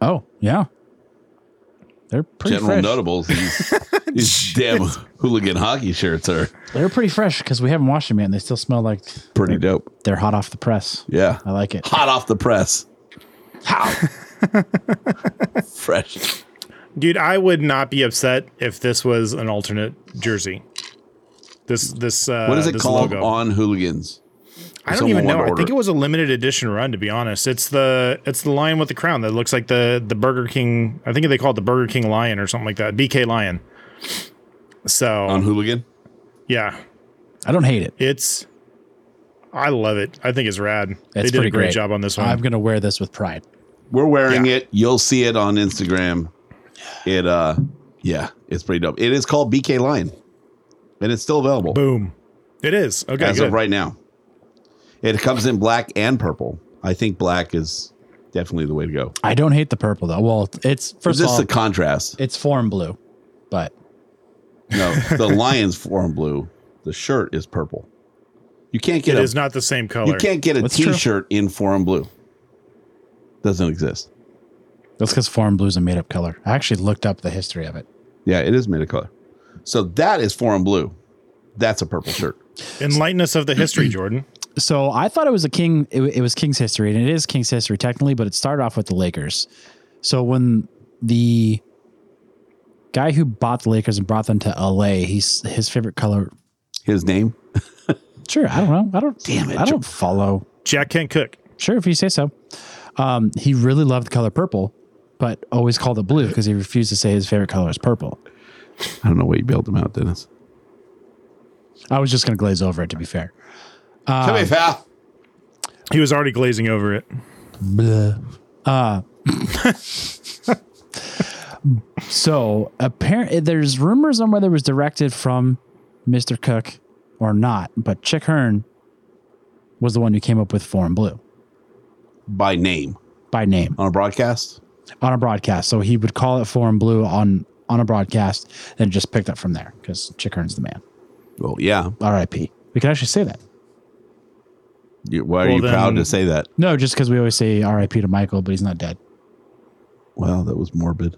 [SPEAKER 7] Oh, yeah. They're pretty
[SPEAKER 3] General
[SPEAKER 7] fresh.
[SPEAKER 3] Notables. These, these damn hooligan hockey shirts are
[SPEAKER 7] They're pretty fresh because we haven't washed them yet, and they still smell like
[SPEAKER 3] pretty dope.
[SPEAKER 7] they're hot off the press.
[SPEAKER 3] Yeah.
[SPEAKER 7] I like it.
[SPEAKER 3] Hot off the press. How? fresh.
[SPEAKER 6] Dude, I would not be upset if this was an alternate jersey. This this uh,
[SPEAKER 3] What is it
[SPEAKER 6] this
[SPEAKER 3] called
[SPEAKER 6] logo.
[SPEAKER 3] on hooligans?
[SPEAKER 6] I don't
[SPEAKER 3] someone
[SPEAKER 6] even
[SPEAKER 3] wanted
[SPEAKER 6] know.
[SPEAKER 3] to
[SPEAKER 6] I think
[SPEAKER 3] order
[SPEAKER 6] it
[SPEAKER 3] it?
[SPEAKER 6] was a limited edition run. To be honest, it's the it's the lion with the crown that looks like the the Burger King. I think they call it the Burger King lion or something like that. BK lion. So
[SPEAKER 3] On hooligan?
[SPEAKER 6] yeah,
[SPEAKER 7] I don't hate it.
[SPEAKER 6] it's. I love it. I think it's rad. they
[SPEAKER 7] It's pretty
[SPEAKER 6] did a great,
[SPEAKER 7] great.
[SPEAKER 6] job on this one.
[SPEAKER 7] I'm gonna wear this with pride.
[SPEAKER 3] We're wearing
[SPEAKER 6] Yeah.
[SPEAKER 3] it. You'll see it on Instagram. It uh yeah, it's pretty dope. It is called BK Lion. And it's still available
[SPEAKER 6] Boom. It is okay.
[SPEAKER 3] as
[SPEAKER 6] good.
[SPEAKER 3] of right now. It comes in black and purple. I think black is definitely the way to go.
[SPEAKER 7] I don't hate the purple though. Well, it's first of
[SPEAKER 3] Just
[SPEAKER 7] all,
[SPEAKER 3] the contrast.
[SPEAKER 7] it's foreign blue, but
[SPEAKER 3] No, the lion's form blue. The shirt is purple. You can't
[SPEAKER 6] It
[SPEAKER 3] get a,
[SPEAKER 6] is not the same color.
[SPEAKER 3] you can't get a
[SPEAKER 7] That's true.
[SPEAKER 3] t-shirt in form blue. Doesn't exist.
[SPEAKER 7] that's because foreign blue is a made up color. I actually looked up the history of it.
[SPEAKER 3] Yeah, it is made of color. So that is form blue. That's a purple shirt.
[SPEAKER 6] Enlighten us of the history, Jordan.
[SPEAKER 7] So I thought it was a king. It, it was King's history, and it is King's history technically, but it started off with the Lakers. So when the guy who bought the Lakers and brought them to L.A., he's his favorite color.
[SPEAKER 3] His name?
[SPEAKER 7] Sure, I don't know. I don't.
[SPEAKER 3] Damn it,
[SPEAKER 7] I
[SPEAKER 3] Joe.
[SPEAKER 7] don't follow.
[SPEAKER 6] Jack Kent Cook.
[SPEAKER 7] Sure, if you say so. Um, he really loved the color purple, but always called it blue because he refused to say his favorite color is purple.
[SPEAKER 3] I don't know what you bailed him out, Dennis.
[SPEAKER 7] I was just going to glaze over it, to be fair.
[SPEAKER 3] Come
[SPEAKER 6] Uh,
[SPEAKER 3] here, pal.
[SPEAKER 6] He was already glazing over it.
[SPEAKER 7] Blah. Uh, so apparently, there's rumors on whether it was directed from Mr. Cook or not, but Chick Hearn was the one who came up with Foreign Blue
[SPEAKER 3] By name
[SPEAKER 7] by name
[SPEAKER 3] on a broadcast.
[SPEAKER 7] on a broadcast. So he would call it Foreign Blue on on a broadcast, then just picked up from there because Chick Hearn's the man.
[SPEAKER 3] Well, yeah.
[SPEAKER 7] R.I.P. We can actually say that.
[SPEAKER 3] You, why are
[SPEAKER 6] Well,
[SPEAKER 3] you proud
[SPEAKER 6] then-
[SPEAKER 3] to say that?
[SPEAKER 7] No, just because we always say R.I.P. to Michael, but he's not dead.
[SPEAKER 3] Wow, that was morbid.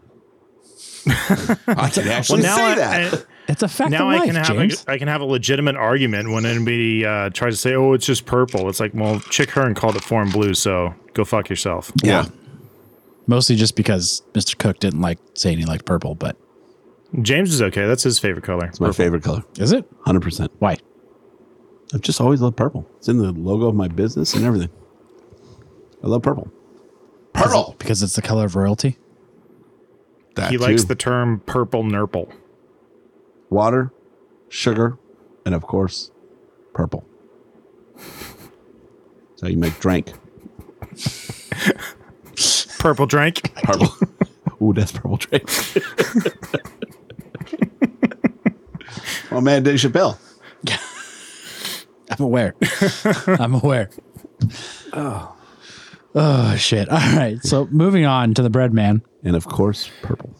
[SPEAKER 3] I can actually say
[SPEAKER 6] I,
[SPEAKER 3] that.
[SPEAKER 6] I-
[SPEAKER 7] It's a fact
[SPEAKER 6] now
[SPEAKER 7] of life,
[SPEAKER 6] I can have
[SPEAKER 7] James.
[SPEAKER 6] a, I can have a legitimate argument when anybody uh, tries to say, "Oh, it's just purple." It's like, well, Chick Hearn called it foreign blue, so go fuck yourself.
[SPEAKER 3] yeah.
[SPEAKER 7] Mostly just because Mr. Cook didn't like saying he liked purple, but
[SPEAKER 6] James is okay. That's his favorite color.
[SPEAKER 3] It's my favorite color.
[SPEAKER 7] is it?
[SPEAKER 3] 100%.
[SPEAKER 7] Why?
[SPEAKER 3] I've just always loved purple. It's in the logo of my business and everything. I love purple. Purple.
[SPEAKER 7] Because it's the color of royalty.
[SPEAKER 3] That
[SPEAKER 6] He likes
[SPEAKER 3] too.
[SPEAKER 6] the term purple nurple.
[SPEAKER 3] water, sugar, and of course, purple. That's how you make drink.
[SPEAKER 6] Purple drink.
[SPEAKER 3] Purple. Ooh, that's purple drink. oh man, Dave Chappelle.
[SPEAKER 7] I'm aware. I'm aware. Oh. Oh shit. All right. So moving on to the bread man.
[SPEAKER 3] And of course, purple.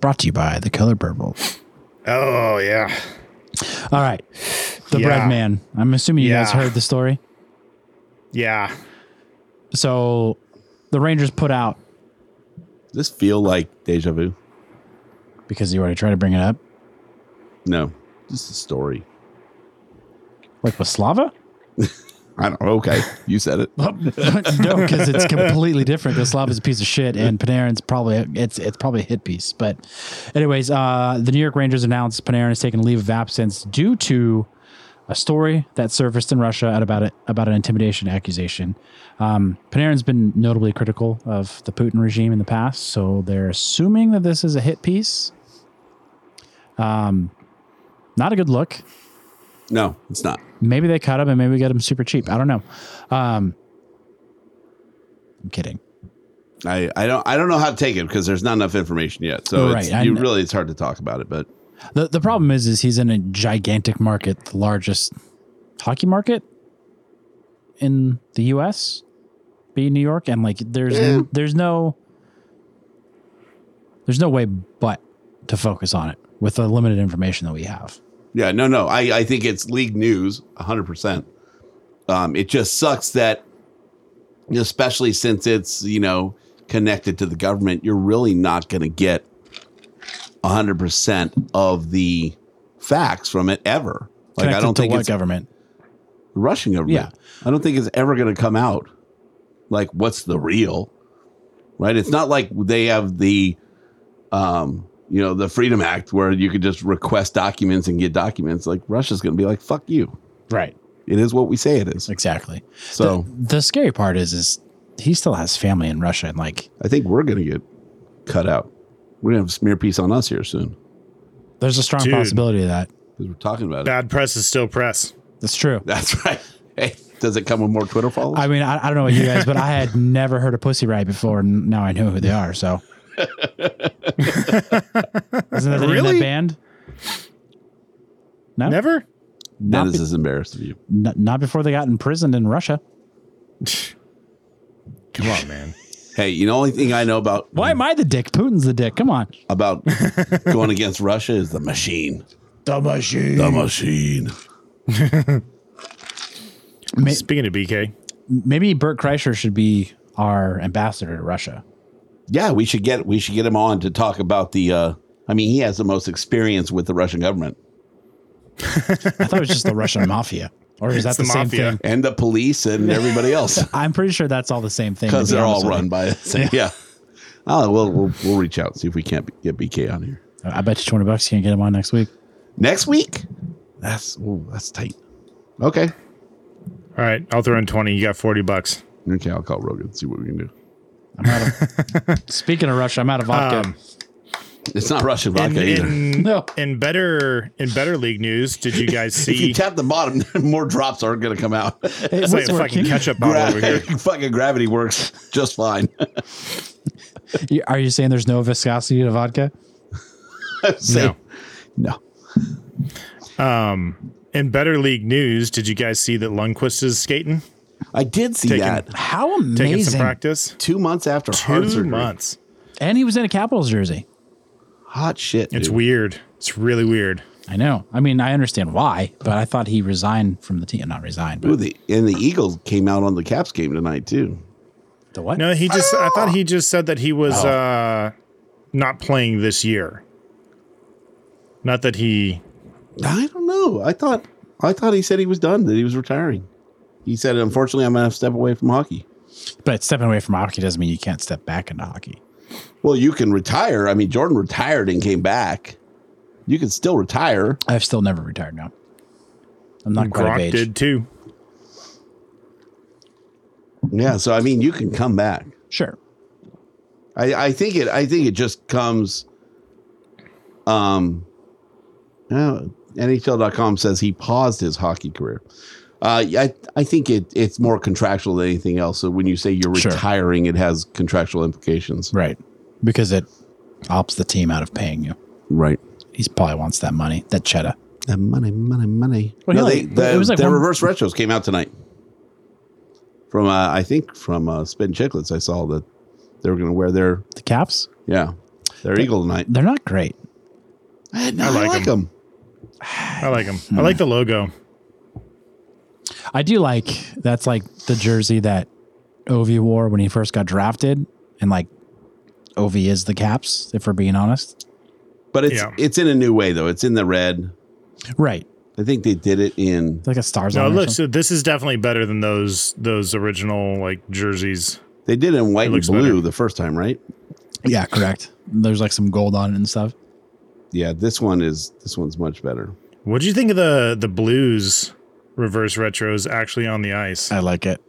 [SPEAKER 7] Brought to you by the color purple.
[SPEAKER 6] Oh yeah.
[SPEAKER 7] All right. The
[SPEAKER 6] Yeah.
[SPEAKER 7] bread man. I'm assuming you guys
[SPEAKER 6] Yeah.
[SPEAKER 7] heard the story.
[SPEAKER 6] Yeah.
[SPEAKER 7] So the Rangers put out
[SPEAKER 3] Does this feel like deja vu?
[SPEAKER 7] because you already tried to bring it up.
[SPEAKER 3] No. Just a story.
[SPEAKER 7] Like with Slava?
[SPEAKER 3] I don't know. Okay. You said it.
[SPEAKER 7] no, because it's completely different. Because Slava's a piece of shit, and Panarin's probably it's it's probably a hit piece. But, anyways, uh, the New York Rangers announced Panarin is taking leave of absence due to a story that surfaced in Russia at about a, about an intimidation accusation. Um, Panarin's been notably critical of the Putin regime in the past, so they're assuming that this is a hit piece. Um, not a good look
[SPEAKER 3] No, it's not.
[SPEAKER 7] maybe they cut him and maybe we get him super cheap. I don't know. Um, I'm kidding.
[SPEAKER 3] I, I don't I don't know how to take it because there's not enough information yet. So
[SPEAKER 7] Right, I
[SPEAKER 3] it's, you
[SPEAKER 7] kn-
[SPEAKER 3] really it's hard to talk about it, but
[SPEAKER 7] The the problem is is he's in a gigantic market, the largest hockey market in the US, being New York, and like there's there's no there's no way but to focus on it with the limited information that we have.
[SPEAKER 3] Yeah, no, no. I, I think it's league news, 100%. Um, it just sucks that, especially since it's, you know, connected to the government, you're really not going to get 100% of the facts from it ever. Like, I
[SPEAKER 7] Connected
[SPEAKER 3] don't
[SPEAKER 7] to
[SPEAKER 3] think
[SPEAKER 7] what
[SPEAKER 3] it's
[SPEAKER 7] government.
[SPEAKER 3] the Russian government. I don't think it's ever going to come out. Like, what's the real? Right? It's not like they have the, um, you know, the Freedom Act where you could just request documents and get documents. Like Russia's going to be like, "Fuck you."
[SPEAKER 7] Right.
[SPEAKER 3] It is what we say it is.
[SPEAKER 7] Exactly.
[SPEAKER 3] So
[SPEAKER 7] The scary part is is he still has family in Russia and like
[SPEAKER 3] I think we're going to get cut out. We're going to have a smear piece on us here soon
[SPEAKER 7] there's a strong
[SPEAKER 6] Dude.
[SPEAKER 7] possibility of that.
[SPEAKER 3] because we're talking about it.
[SPEAKER 6] Bad press is still press.
[SPEAKER 7] That's true.
[SPEAKER 3] That's right. Hey, does it come with more Twitter followers?
[SPEAKER 7] I mean, I, I don't know about you guys, but I had never heard of Pussy Riot before, and now I know who they are. So, isn't that the name of that
[SPEAKER 6] Really?
[SPEAKER 7] band? No,
[SPEAKER 6] Never.
[SPEAKER 3] that
[SPEAKER 7] not,
[SPEAKER 3] is
[SPEAKER 7] be-
[SPEAKER 3] as embarrassed of you.
[SPEAKER 7] n- not before they got imprisoned in Russia.
[SPEAKER 6] Come on, man.
[SPEAKER 3] Hey, you know, the only thing I know about
[SPEAKER 7] Why am I the dick? Putin's the dick. Come on,
[SPEAKER 3] about going against Russia is the machine.
[SPEAKER 7] the machine.
[SPEAKER 3] The machine.
[SPEAKER 6] Speaking of BK,
[SPEAKER 7] Maybe Bert Kreischer should be our ambassador to Russia.
[SPEAKER 3] Yeah, we should get we should get him on to talk about the. Uh, I mean, he has the most experience with the Russian government
[SPEAKER 7] I thought it was just the Russian mafia, or is that
[SPEAKER 6] It's
[SPEAKER 7] the,
[SPEAKER 6] the
[SPEAKER 7] same
[SPEAKER 6] mafia.
[SPEAKER 7] thing?
[SPEAKER 3] and the police and everybody else
[SPEAKER 7] I'm pretty sure that's all the same thing to
[SPEAKER 3] because
[SPEAKER 7] be
[SPEAKER 3] they're all
[SPEAKER 7] honest with
[SPEAKER 3] run
[SPEAKER 7] you.
[SPEAKER 3] by. the same- Yeah. Oh, we'll, we'll we'll reach out see if we can't be- get BK on here
[SPEAKER 7] I bet you twenty bucks you can get him on next week.
[SPEAKER 3] next week. That's ooh, that's tight. Okay.
[SPEAKER 6] all right, I'll throw in twenty. You got forty bucks.
[SPEAKER 3] Okay, I'll call Rogan see what we can do.
[SPEAKER 7] I'm out of. speaking of Russia, I'm out of vodka.
[SPEAKER 6] Um,
[SPEAKER 3] It's not Russian
[SPEAKER 6] In,
[SPEAKER 3] vodka either.
[SPEAKER 6] in-
[SPEAKER 7] No.
[SPEAKER 6] in better in better league news, did you guys
[SPEAKER 3] if you
[SPEAKER 6] see?
[SPEAKER 3] tap the bottom, more drops aren't going to come out.
[SPEAKER 7] It
[SPEAKER 6] It's like
[SPEAKER 7] was
[SPEAKER 6] a fucking
[SPEAKER 7] working.
[SPEAKER 6] ketchup bottle over here.
[SPEAKER 3] Fucking gravity works just fine.
[SPEAKER 7] You- Are you saying there's no viscosity to vodka?
[SPEAKER 6] No.
[SPEAKER 3] No.
[SPEAKER 6] In better league news, did you guys see that Lundquist is skating,
[SPEAKER 3] I did see
[SPEAKER 6] Taking-
[SPEAKER 3] that
[SPEAKER 7] How
[SPEAKER 6] taking some
[SPEAKER 7] amazing!
[SPEAKER 6] practice?
[SPEAKER 3] two months after heart
[SPEAKER 6] Two
[SPEAKER 3] surgery.
[SPEAKER 6] months.
[SPEAKER 7] And he was in a Capitals jersey.
[SPEAKER 3] Hot shit.
[SPEAKER 6] It's
[SPEAKER 3] dude.
[SPEAKER 6] weird. It's really weird.
[SPEAKER 7] I know. I mean, I understand why, but I thought he resigned from the team. Not resigned, but
[SPEAKER 3] Ooh, the, and the Eagles came out on the Caps game tonight too.
[SPEAKER 7] the what?
[SPEAKER 6] No, he just. I thought he just said that he was
[SPEAKER 3] Oh.
[SPEAKER 6] uh, not playing this year. Not that he.
[SPEAKER 3] I don't know. I thought I thought he said he was done. That he was retiring. He said, "Unfortunately, I'm going to have to step away from hockey."
[SPEAKER 7] But stepping away from hockey doesn't mean you can't step back into hockey.
[SPEAKER 3] Well, you can retire. I mean, Jordan retired and came back. You can still retire.
[SPEAKER 7] I've still never retired. No, I'm not quite of
[SPEAKER 6] Gronk
[SPEAKER 7] age.
[SPEAKER 6] did too.
[SPEAKER 3] Yeah. So I mean, you can come back.
[SPEAKER 7] Sure.
[SPEAKER 3] I, I think it. I think it just comes. Um, uh, NHL.com says he paused his hockey career. Uh, I I think it it's more contractual than anything else. So when you say you're
[SPEAKER 7] Sure.
[SPEAKER 3] retiring, it has contractual implications.
[SPEAKER 7] Right. Because it opts the team out of paying you.
[SPEAKER 3] Right.
[SPEAKER 7] He's probably wants that money, that cheddar.
[SPEAKER 3] That money, money, money.
[SPEAKER 7] Well,
[SPEAKER 3] no,
[SPEAKER 7] yeah,
[SPEAKER 3] they,
[SPEAKER 7] like,
[SPEAKER 3] the,
[SPEAKER 7] it was like
[SPEAKER 3] their
[SPEAKER 7] one-
[SPEAKER 3] reverse retros came out tonight. From uh, I think from uh, Spin Chicklets, I saw that they were going to wear their
[SPEAKER 7] The caps,
[SPEAKER 3] yeah their eagle tonight.
[SPEAKER 7] they're not great.
[SPEAKER 3] I,
[SPEAKER 6] like
[SPEAKER 3] them.
[SPEAKER 6] 'em. I like him.
[SPEAKER 3] Hmm.
[SPEAKER 6] I like the logo.
[SPEAKER 7] I do like that's like the jersey that Ovi wore when he first got drafted. And like Ovi is the caps, if we're being honest.
[SPEAKER 3] But it's
[SPEAKER 6] Yeah.
[SPEAKER 3] it's in a new way though. It's in the red.
[SPEAKER 7] Right.
[SPEAKER 3] I think they did it in
[SPEAKER 7] Like a stars
[SPEAKER 6] No,
[SPEAKER 7] on it or
[SPEAKER 6] look.
[SPEAKER 7] something.
[SPEAKER 6] So this is definitely better than those those original like jerseys.
[SPEAKER 3] they did it in white and
[SPEAKER 6] looks
[SPEAKER 3] blue
[SPEAKER 6] better.
[SPEAKER 3] the first time, right?
[SPEAKER 7] Yeah, correct. There's like some gold on it and stuff.
[SPEAKER 3] Yeah, this one is this one's much better.
[SPEAKER 6] What do you think of the the Blues reverse retros actually on the ice?
[SPEAKER 7] I like it.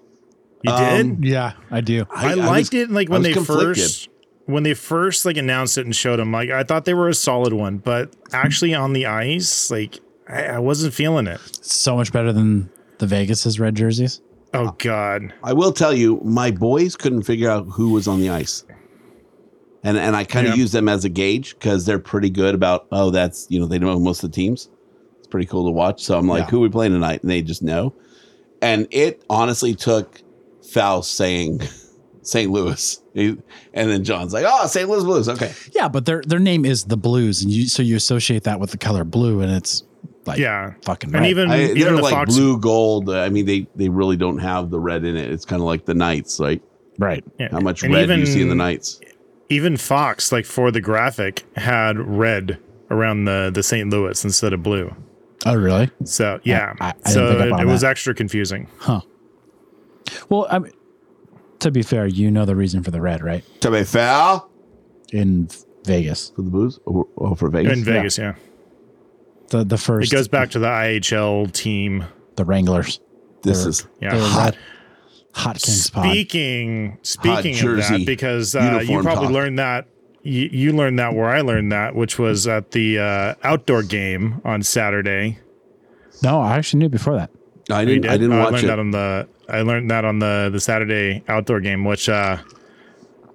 [SPEAKER 6] You
[SPEAKER 3] Um,
[SPEAKER 6] did?
[SPEAKER 7] Yeah, I do.
[SPEAKER 6] I,
[SPEAKER 3] I was-
[SPEAKER 6] liked it. Like
[SPEAKER 3] I
[SPEAKER 6] when
[SPEAKER 3] was
[SPEAKER 6] they
[SPEAKER 3] conflicted.
[SPEAKER 6] first when they first like announced it and showed them, like I thought they were a solid one, but actually on the ice, like I, I wasn't feeling it.
[SPEAKER 7] It's so much better than the Vegas's red jerseys.
[SPEAKER 6] Oh God,
[SPEAKER 3] I will tell you, my boys couldn't figure out who was on the ice. And and I kind of
[SPEAKER 6] Yeah.
[SPEAKER 3] use them as a gauge because they're pretty good about, oh, that's you know, they know most of the teams. It's pretty cool to watch. So I'm like,
[SPEAKER 7] Yeah.
[SPEAKER 3] who are we playing tonight? And they just know. And it honestly took Faust saying St. Louis. He- And then John's like, oh, St. Louis Blues. Okay.
[SPEAKER 7] Yeah, but their their name is the Blues, and you so you associate that with the color blue, and it's like
[SPEAKER 6] yeah,
[SPEAKER 7] fucking
[SPEAKER 6] and
[SPEAKER 7] right.
[SPEAKER 6] even
[SPEAKER 3] I, they're
[SPEAKER 6] even the
[SPEAKER 3] like
[SPEAKER 6] Fox
[SPEAKER 3] blue gold. I mean, they they really don't have the red in it. It's kind of like the Knights, like
[SPEAKER 7] right.
[SPEAKER 6] yeah.
[SPEAKER 3] how much
[SPEAKER 6] And
[SPEAKER 3] red do you see in the
[SPEAKER 6] even-
[SPEAKER 3] Knights.
[SPEAKER 6] Even Fox, like for the graphic, had red around the the St. Louis instead of blue.
[SPEAKER 7] Oh, really?
[SPEAKER 6] So yeah,
[SPEAKER 7] I- I didn't
[SPEAKER 6] so
[SPEAKER 7] pick up
[SPEAKER 6] it,
[SPEAKER 7] on
[SPEAKER 6] it was
[SPEAKER 7] that.
[SPEAKER 6] extra confusing.
[SPEAKER 7] Well, I mean, to be fair, you know the reason for the red, right?
[SPEAKER 3] To be fair,
[SPEAKER 7] In Vegas,
[SPEAKER 3] for the Blues or, or for Vegas.
[SPEAKER 6] In Vegas, yeah.
[SPEAKER 7] the the first
[SPEAKER 6] It goes back to the IHL team.
[SPEAKER 7] the Wranglers.
[SPEAKER 3] This
[SPEAKER 7] Or-
[SPEAKER 3] is
[SPEAKER 7] They were
[SPEAKER 6] Yeah.
[SPEAKER 7] hot, hot Kings pod.
[SPEAKER 6] Speaking speaking of
[SPEAKER 3] jersey
[SPEAKER 6] that, because uh, you
[SPEAKER 3] uniform
[SPEAKER 6] probably
[SPEAKER 3] talk.
[SPEAKER 6] learned that you, you learned that where I learned that, which was at the uh, outdoor game on Saturday.
[SPEAKER 7] No, I actually knew before that.
[SPEAKER 3] I didn't. I didn't
[SPEAKER 6] Uh,
[SPEAKER 3] watch
[SPEAKER 6] learned
[SPEAKER 3] it.
[SPEAKER 6] that on the I learned that on the the Saturday outdoor game, which uh,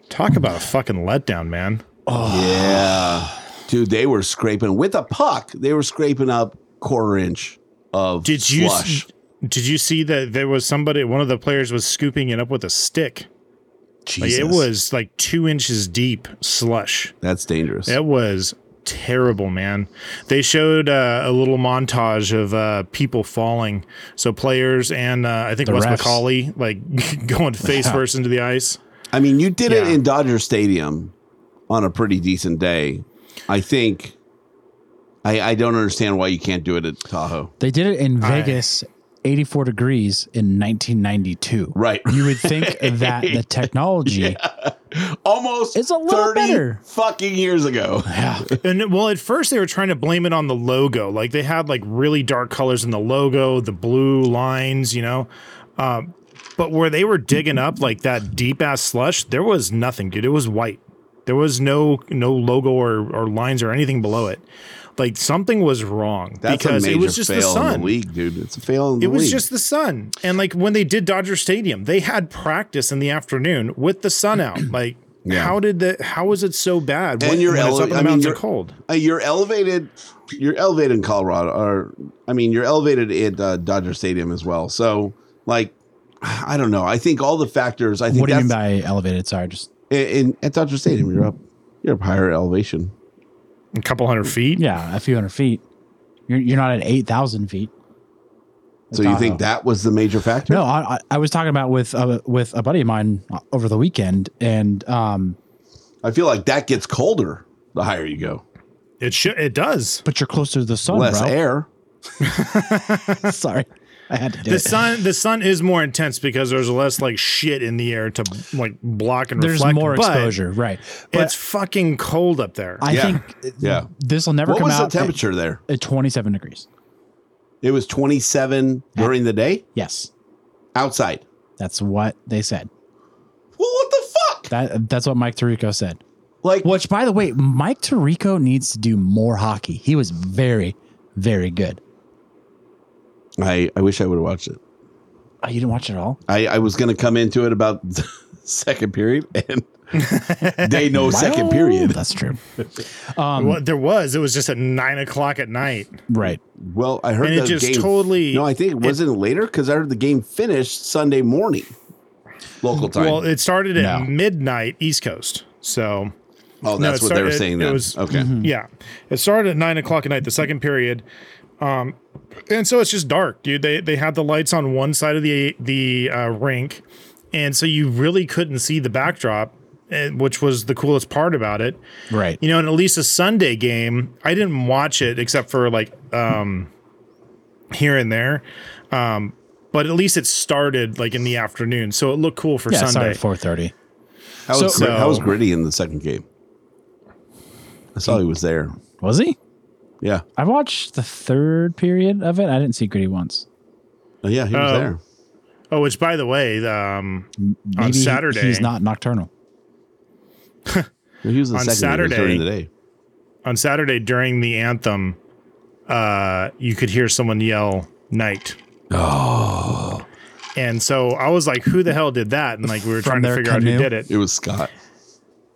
[SPEAKER 6] talk about a fucking letdown, man.
[SPEAKER 3] Oh. yeah, dude, they were scraping with a puck. They were scraping up quarter inch of
[SPEAKER 6] Did you s-
[SPEAKER 3] slush.
[SPEAKER 6] did you see that there was somebody one of the players was scooping it up with a stick? Like, it was like two inches deep slush.
[SPEAKER 3] That's dangerous.
[SPEAKER 6] It was terrible, man. They showed uh, a little montage of uh, people falling. So players and uh, I think
[SPEAKER 7] The
[SPEAKER 6] Wes
[SPEAKER 7] refs.
[SPEAKER 6] Macaulay like going face first into the ice.
[SPEAKER 3] I mean, you did it
[SPEAKER 6] Yeah.
[SPEAKER 3] in Dodger Stadium on a pretty decent day. I think. I, I don't understand why you can't do it at Tahoe.
[SPEAKER 7] They did it in
[SPEAKER 6] I-
[SPEAKER 7] Vegas, 84 degrees in 1992.
[SPEAKER 3] Right.
[SPEAKER 7] You would think that the technology.
[SPEAKER 3] Almost
[SPEAKER 7] It's a little
[SPEAKER 3] 30
[SPEAKER 7] better.
[SPEAKER 3] fucking years ago.
[SPEAKER 7] Yeah.
[SPEAKER 6] And well, at first they were trying to blame it on the logo. Like they had like really dark colors in the logo, the blue lines, you know. Um, but where they were digging up like that deep ass slush, there was nothing, dude. It was white. There was no no logo or, or lines or anything below it. Like something was wrong
[SPEAKER 3] That's
[SPEAKER 6] because
[SPEAKER 3] a major
[SPEAKER 6] it was just
[SPEAKER 3] fail
[SPEAKER 6] the sun.
[SPEAKER 3] in the league, dude. It's a fail in the
[SPEAKER 6] It was
[SPEAKER 3] league.
[SPEAKER 6] just the sun. And like when they did Dodger Stadium, they had practice in the afternoon with the sun out. Like
[SPEAKER 3] Yeah.
[SPEAKER 6] how did the how is it so bad
[SPEAKER 3] and you're
[SPEAKER 6] it's up
[SPEAKER 3] ele-
[SPEAKER 6] in the
[SPEAKER 3] I mean,
[SPEAKER 6] mountains
[SPEAKER 3] you're
[SPEAKER 6] are cold?
[SPEAKER 3] uh, you're elevated. You're elevated in Colorado, or I mean, you're elevated at uh, Dodger Stadium as well. So, like, I don't know. I think all the factors. I think
[SPEAKER 7] What do you mean
[SPEAKER 3] that's-
[SPEAKER 7] by elevated? Sorry, just
[SPEAKER 3] in, in- at Dodger Stadium, you're up. You're up higher elevation.
[SPEAKER 6] A couple hundred feet.
[SPEAKER 7] yeah, a few hundred feet. You're you're not at eight thousand feet.
[SPEAKER 3] So you think
[SPEAKER 7] Tahoe.
[SPEAKER 3] that was the major factor?
[SPEAKER 7] No, I, I- I was talking about with uh, with a buddy of mine over the weekend, and um,
[SPEAKER 3] I feel like that gets colder the higher you go.
[SPEAKER 6] It should it does.
[SPEAKER 7] but you're closer to the sun,
[SPEAKER 3] Less
[SPEAKER 7] bro.
[SPEAKER 3] air.
[SPEAKER 7] Sorry, I had to do
[SPEAKER 6] The
[SPEAKER 7] it.
[SPEAKER 6] sun the sun is more intense because there's less like shit in the air to like block and
[SPEAKER 7] There's
[SPEAKER 6] reflect.
[SPEAKER 7] more
[SPEAKER 6] but
[SPEAKER 7] exposure, right? But
[SPEAKER 6] it's fucking cold up there.
[SPEAKER 7] I
[SPEAKER 3] Yeah.
[SPEAKER 7] think
[SPEAKER 3] Yeah.
[SPEAKER 7] this will never
[SPEAKER 3] What
[SPEAKER 7] come
[SPEAKER 3] was the
[SPEAKER 7] out. at-
[SPEAKER 3] temperature there?
[SPEAKER 7] At 27 degrees.
[SPEAKER 3] It was 27 during the day
[SPEAKER 7] Yes,
[SPEAKER 3] outside.
[SPEAKER 7] that's what they said.
[SPEAKER 3] Well, what the fuck?
[SPEAKER 7] That that's what Mike Tirico said.
[SPEAKER 3] Like,
[SPEAKER 7] Which, by the way, Mike Tirico needs to do more hockey. He was very, very good.
[SPEAKER 3] I, I wish I would have watched it.
[SPEAKER 7] Oh, you didn't watch it all?
[SPEAKER 3] I, I was going to come into it about second period, and they know
[SPEAKER 6] Oh,
[SPEAKER 3] second
[SPEAKER 7] Well,
[SPEAKER 3] period.
[SPEAKER 7] That's true. Um,
[SPEAKER 6] Well, there was. It was just at nine o'clock at night.
[SPEAKER 7] Right.
[SPEAKER 3] Well, I heard
[SPEAKER 6] And it
[SPEAKER 3] the
[SPEAKER 6] just
[SPEAKER 3] game-
[SPEAKER 6] totally-
[SPEAKER 3] No, I think it wasn't later because I heard the game finished Sunday morning, local time.
[SPEAKER 6] Well, it started at
[SPEAKER 7] No.
[SPEAKER 6] midnight East Coast. So
[SPEAKER 3] oh,
[SPEAKER 6] no,
[SPEAKER 3] that's
[SPEAKER 6] it
[SPEAKER 3] what they were
[SPEAKER 6] started-
[SPEAKER 3] saying.
[SPEAKER 6] it
[SPEAKER 3] Then.
[SPEAKER 6] was-
[SPEAKER 3] okay,
[SPEAKER 6] Yeah. It started at nine o'clock at night, the second period. Um, and so it's just dark, dude. They they had the lights on one side of the the uh, rink, and so you really couldn't see the backdrop, eh, which was the coolest part about it.
[SPEAKER 7] Right.
[SPEAKER 6] You know, and at least a Sunday game, I didn't watch it except for like um, here and there. Um, but at least it started like in the afternoon, so it looked cool for
[SPEAKER 7] yeah,
[SPEAKER 6] Sunday.
[SPEAKER 7] sorry, 430.
[SPEAKER 3] how, was,
[SPEAKER 6] So-
[SPEAKER 3] how was Gritty in the second game? I saw he was there.
[SPEAKER 7] Was he?
[SPEAKER 3] Yeah,
[SPEAKER 7] I watched the third period of it. I didn't see Gritty once.
[SPEAKER 3] Uh, yeah, he was
[SPEAKER 6] Oh.
[SPEAKER 3] there.
[SPEAKER 6] oh, which by the way, um,
[SPEAKER 7] Maybe he-
[SPEAKER 6] On Saturday.
[SPEAKER 7] he's not nocturnal.
[SPEAKER 3] No, He was in
[SPEAKER 6] On
[SPEAKER 3] second Saturday
[SPEAKER 6] Saturday-
[SPEAKER 3] during the day.
[SPEAKER 6] on Saturday during the anthem, uh, you could hear someone yell "night." Oh. And so I was like, "Who the hell did that?" And like we were
[SPEAKER 7] From
[SPEAKER 6] trying to
[SPEAKER 7] their
[SPEAKER 6] figure out who
[SPEAKER 7] canoe?
[SPEAKER 6] did it.
[SPEAKER 3] It was Scott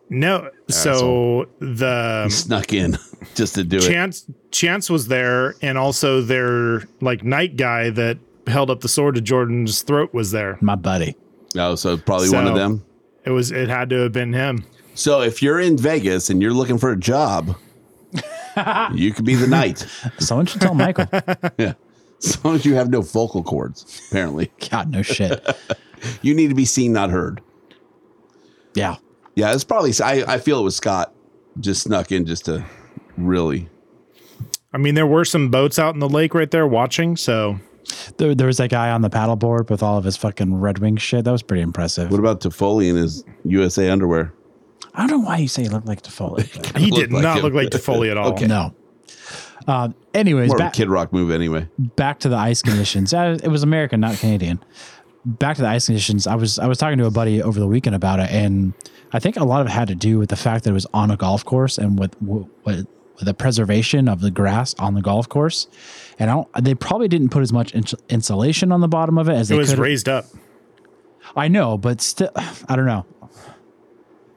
[SPEAKER 6] No, so the
[SPEAKER 3] snuck in just to do it.
[SPEAKER 6] chance chance was there, and also their like night guy that held up the sword to Jordan's throat was there.
[SPEAKER 7] My buddy.
[SPEAKER 3] No, Oh, so probably one of
[SPEAKER 6] So-
[SPEAKER 3] them.
[SPEAKER 6] It was it had to have been him.
[SPEAKER 3] So if you're in Vegas and you're looking for a job, you could be the knight.
[SPEAKER 7] Someone should tell Michael.
[SPEAKER 3] Yeah. As long as you have no vocal cords, apparently.
[SPEAKER 7] God, no shit.
[SPEAKER 3] You need to be seen, not heard.
[SPEAKER 7] Yeah.
[SPEAKER 3] Yeah, it's probably, I, I feel it was Scott just snuck in just to really.
[SPEAKER 6] I mean, there were some boats out in the lake right there watching. So
[SPEAKER 7] There, there was that guy on the paddleboard with all of his fucking Red Wing shit. That was pretty impressive.
[SPEAKER 3] What about Toffoli in his USA underwear?
[SPEAKER 7] I don't know why you say he looked like Toffoli.
[SPEAKER 6] he
[SPEAKER 3] Looked
[SPEAKER 6] did
[SPEAKER 3] like
[SPEAKER 6] not
[SPEAKER 3] him.
[SPEAKER 6] look like Toffoli at all.
[SPEAKER 3] Okay.
[SPEAKER 7] No. Um, anyways,
[SPEAKER 3] More of
[SPEAKER 7] back,
[SPEAKER 3] a Kid Rock move, anyway.
[SPEAKER 7] back to the ice conditions. Uh, it was American, not Canadian. Back to the ice conditions. I was I was talking to a buddy over the weekend about it, and I think a lot of it had to do with the fact that it was on a golf course and with with, with the preservation of the grass on the golf course. And I don't, they probably didn't put as much ins- insulation on the bottom of it as
[SPEAKER 6] It
[SPEAKER 7] they
[SPEAKER 6] was
[SPEAKER 7] could.
[SPEAKER 6] raised up.
[SPEAKER 7] I know, but still, I don't know.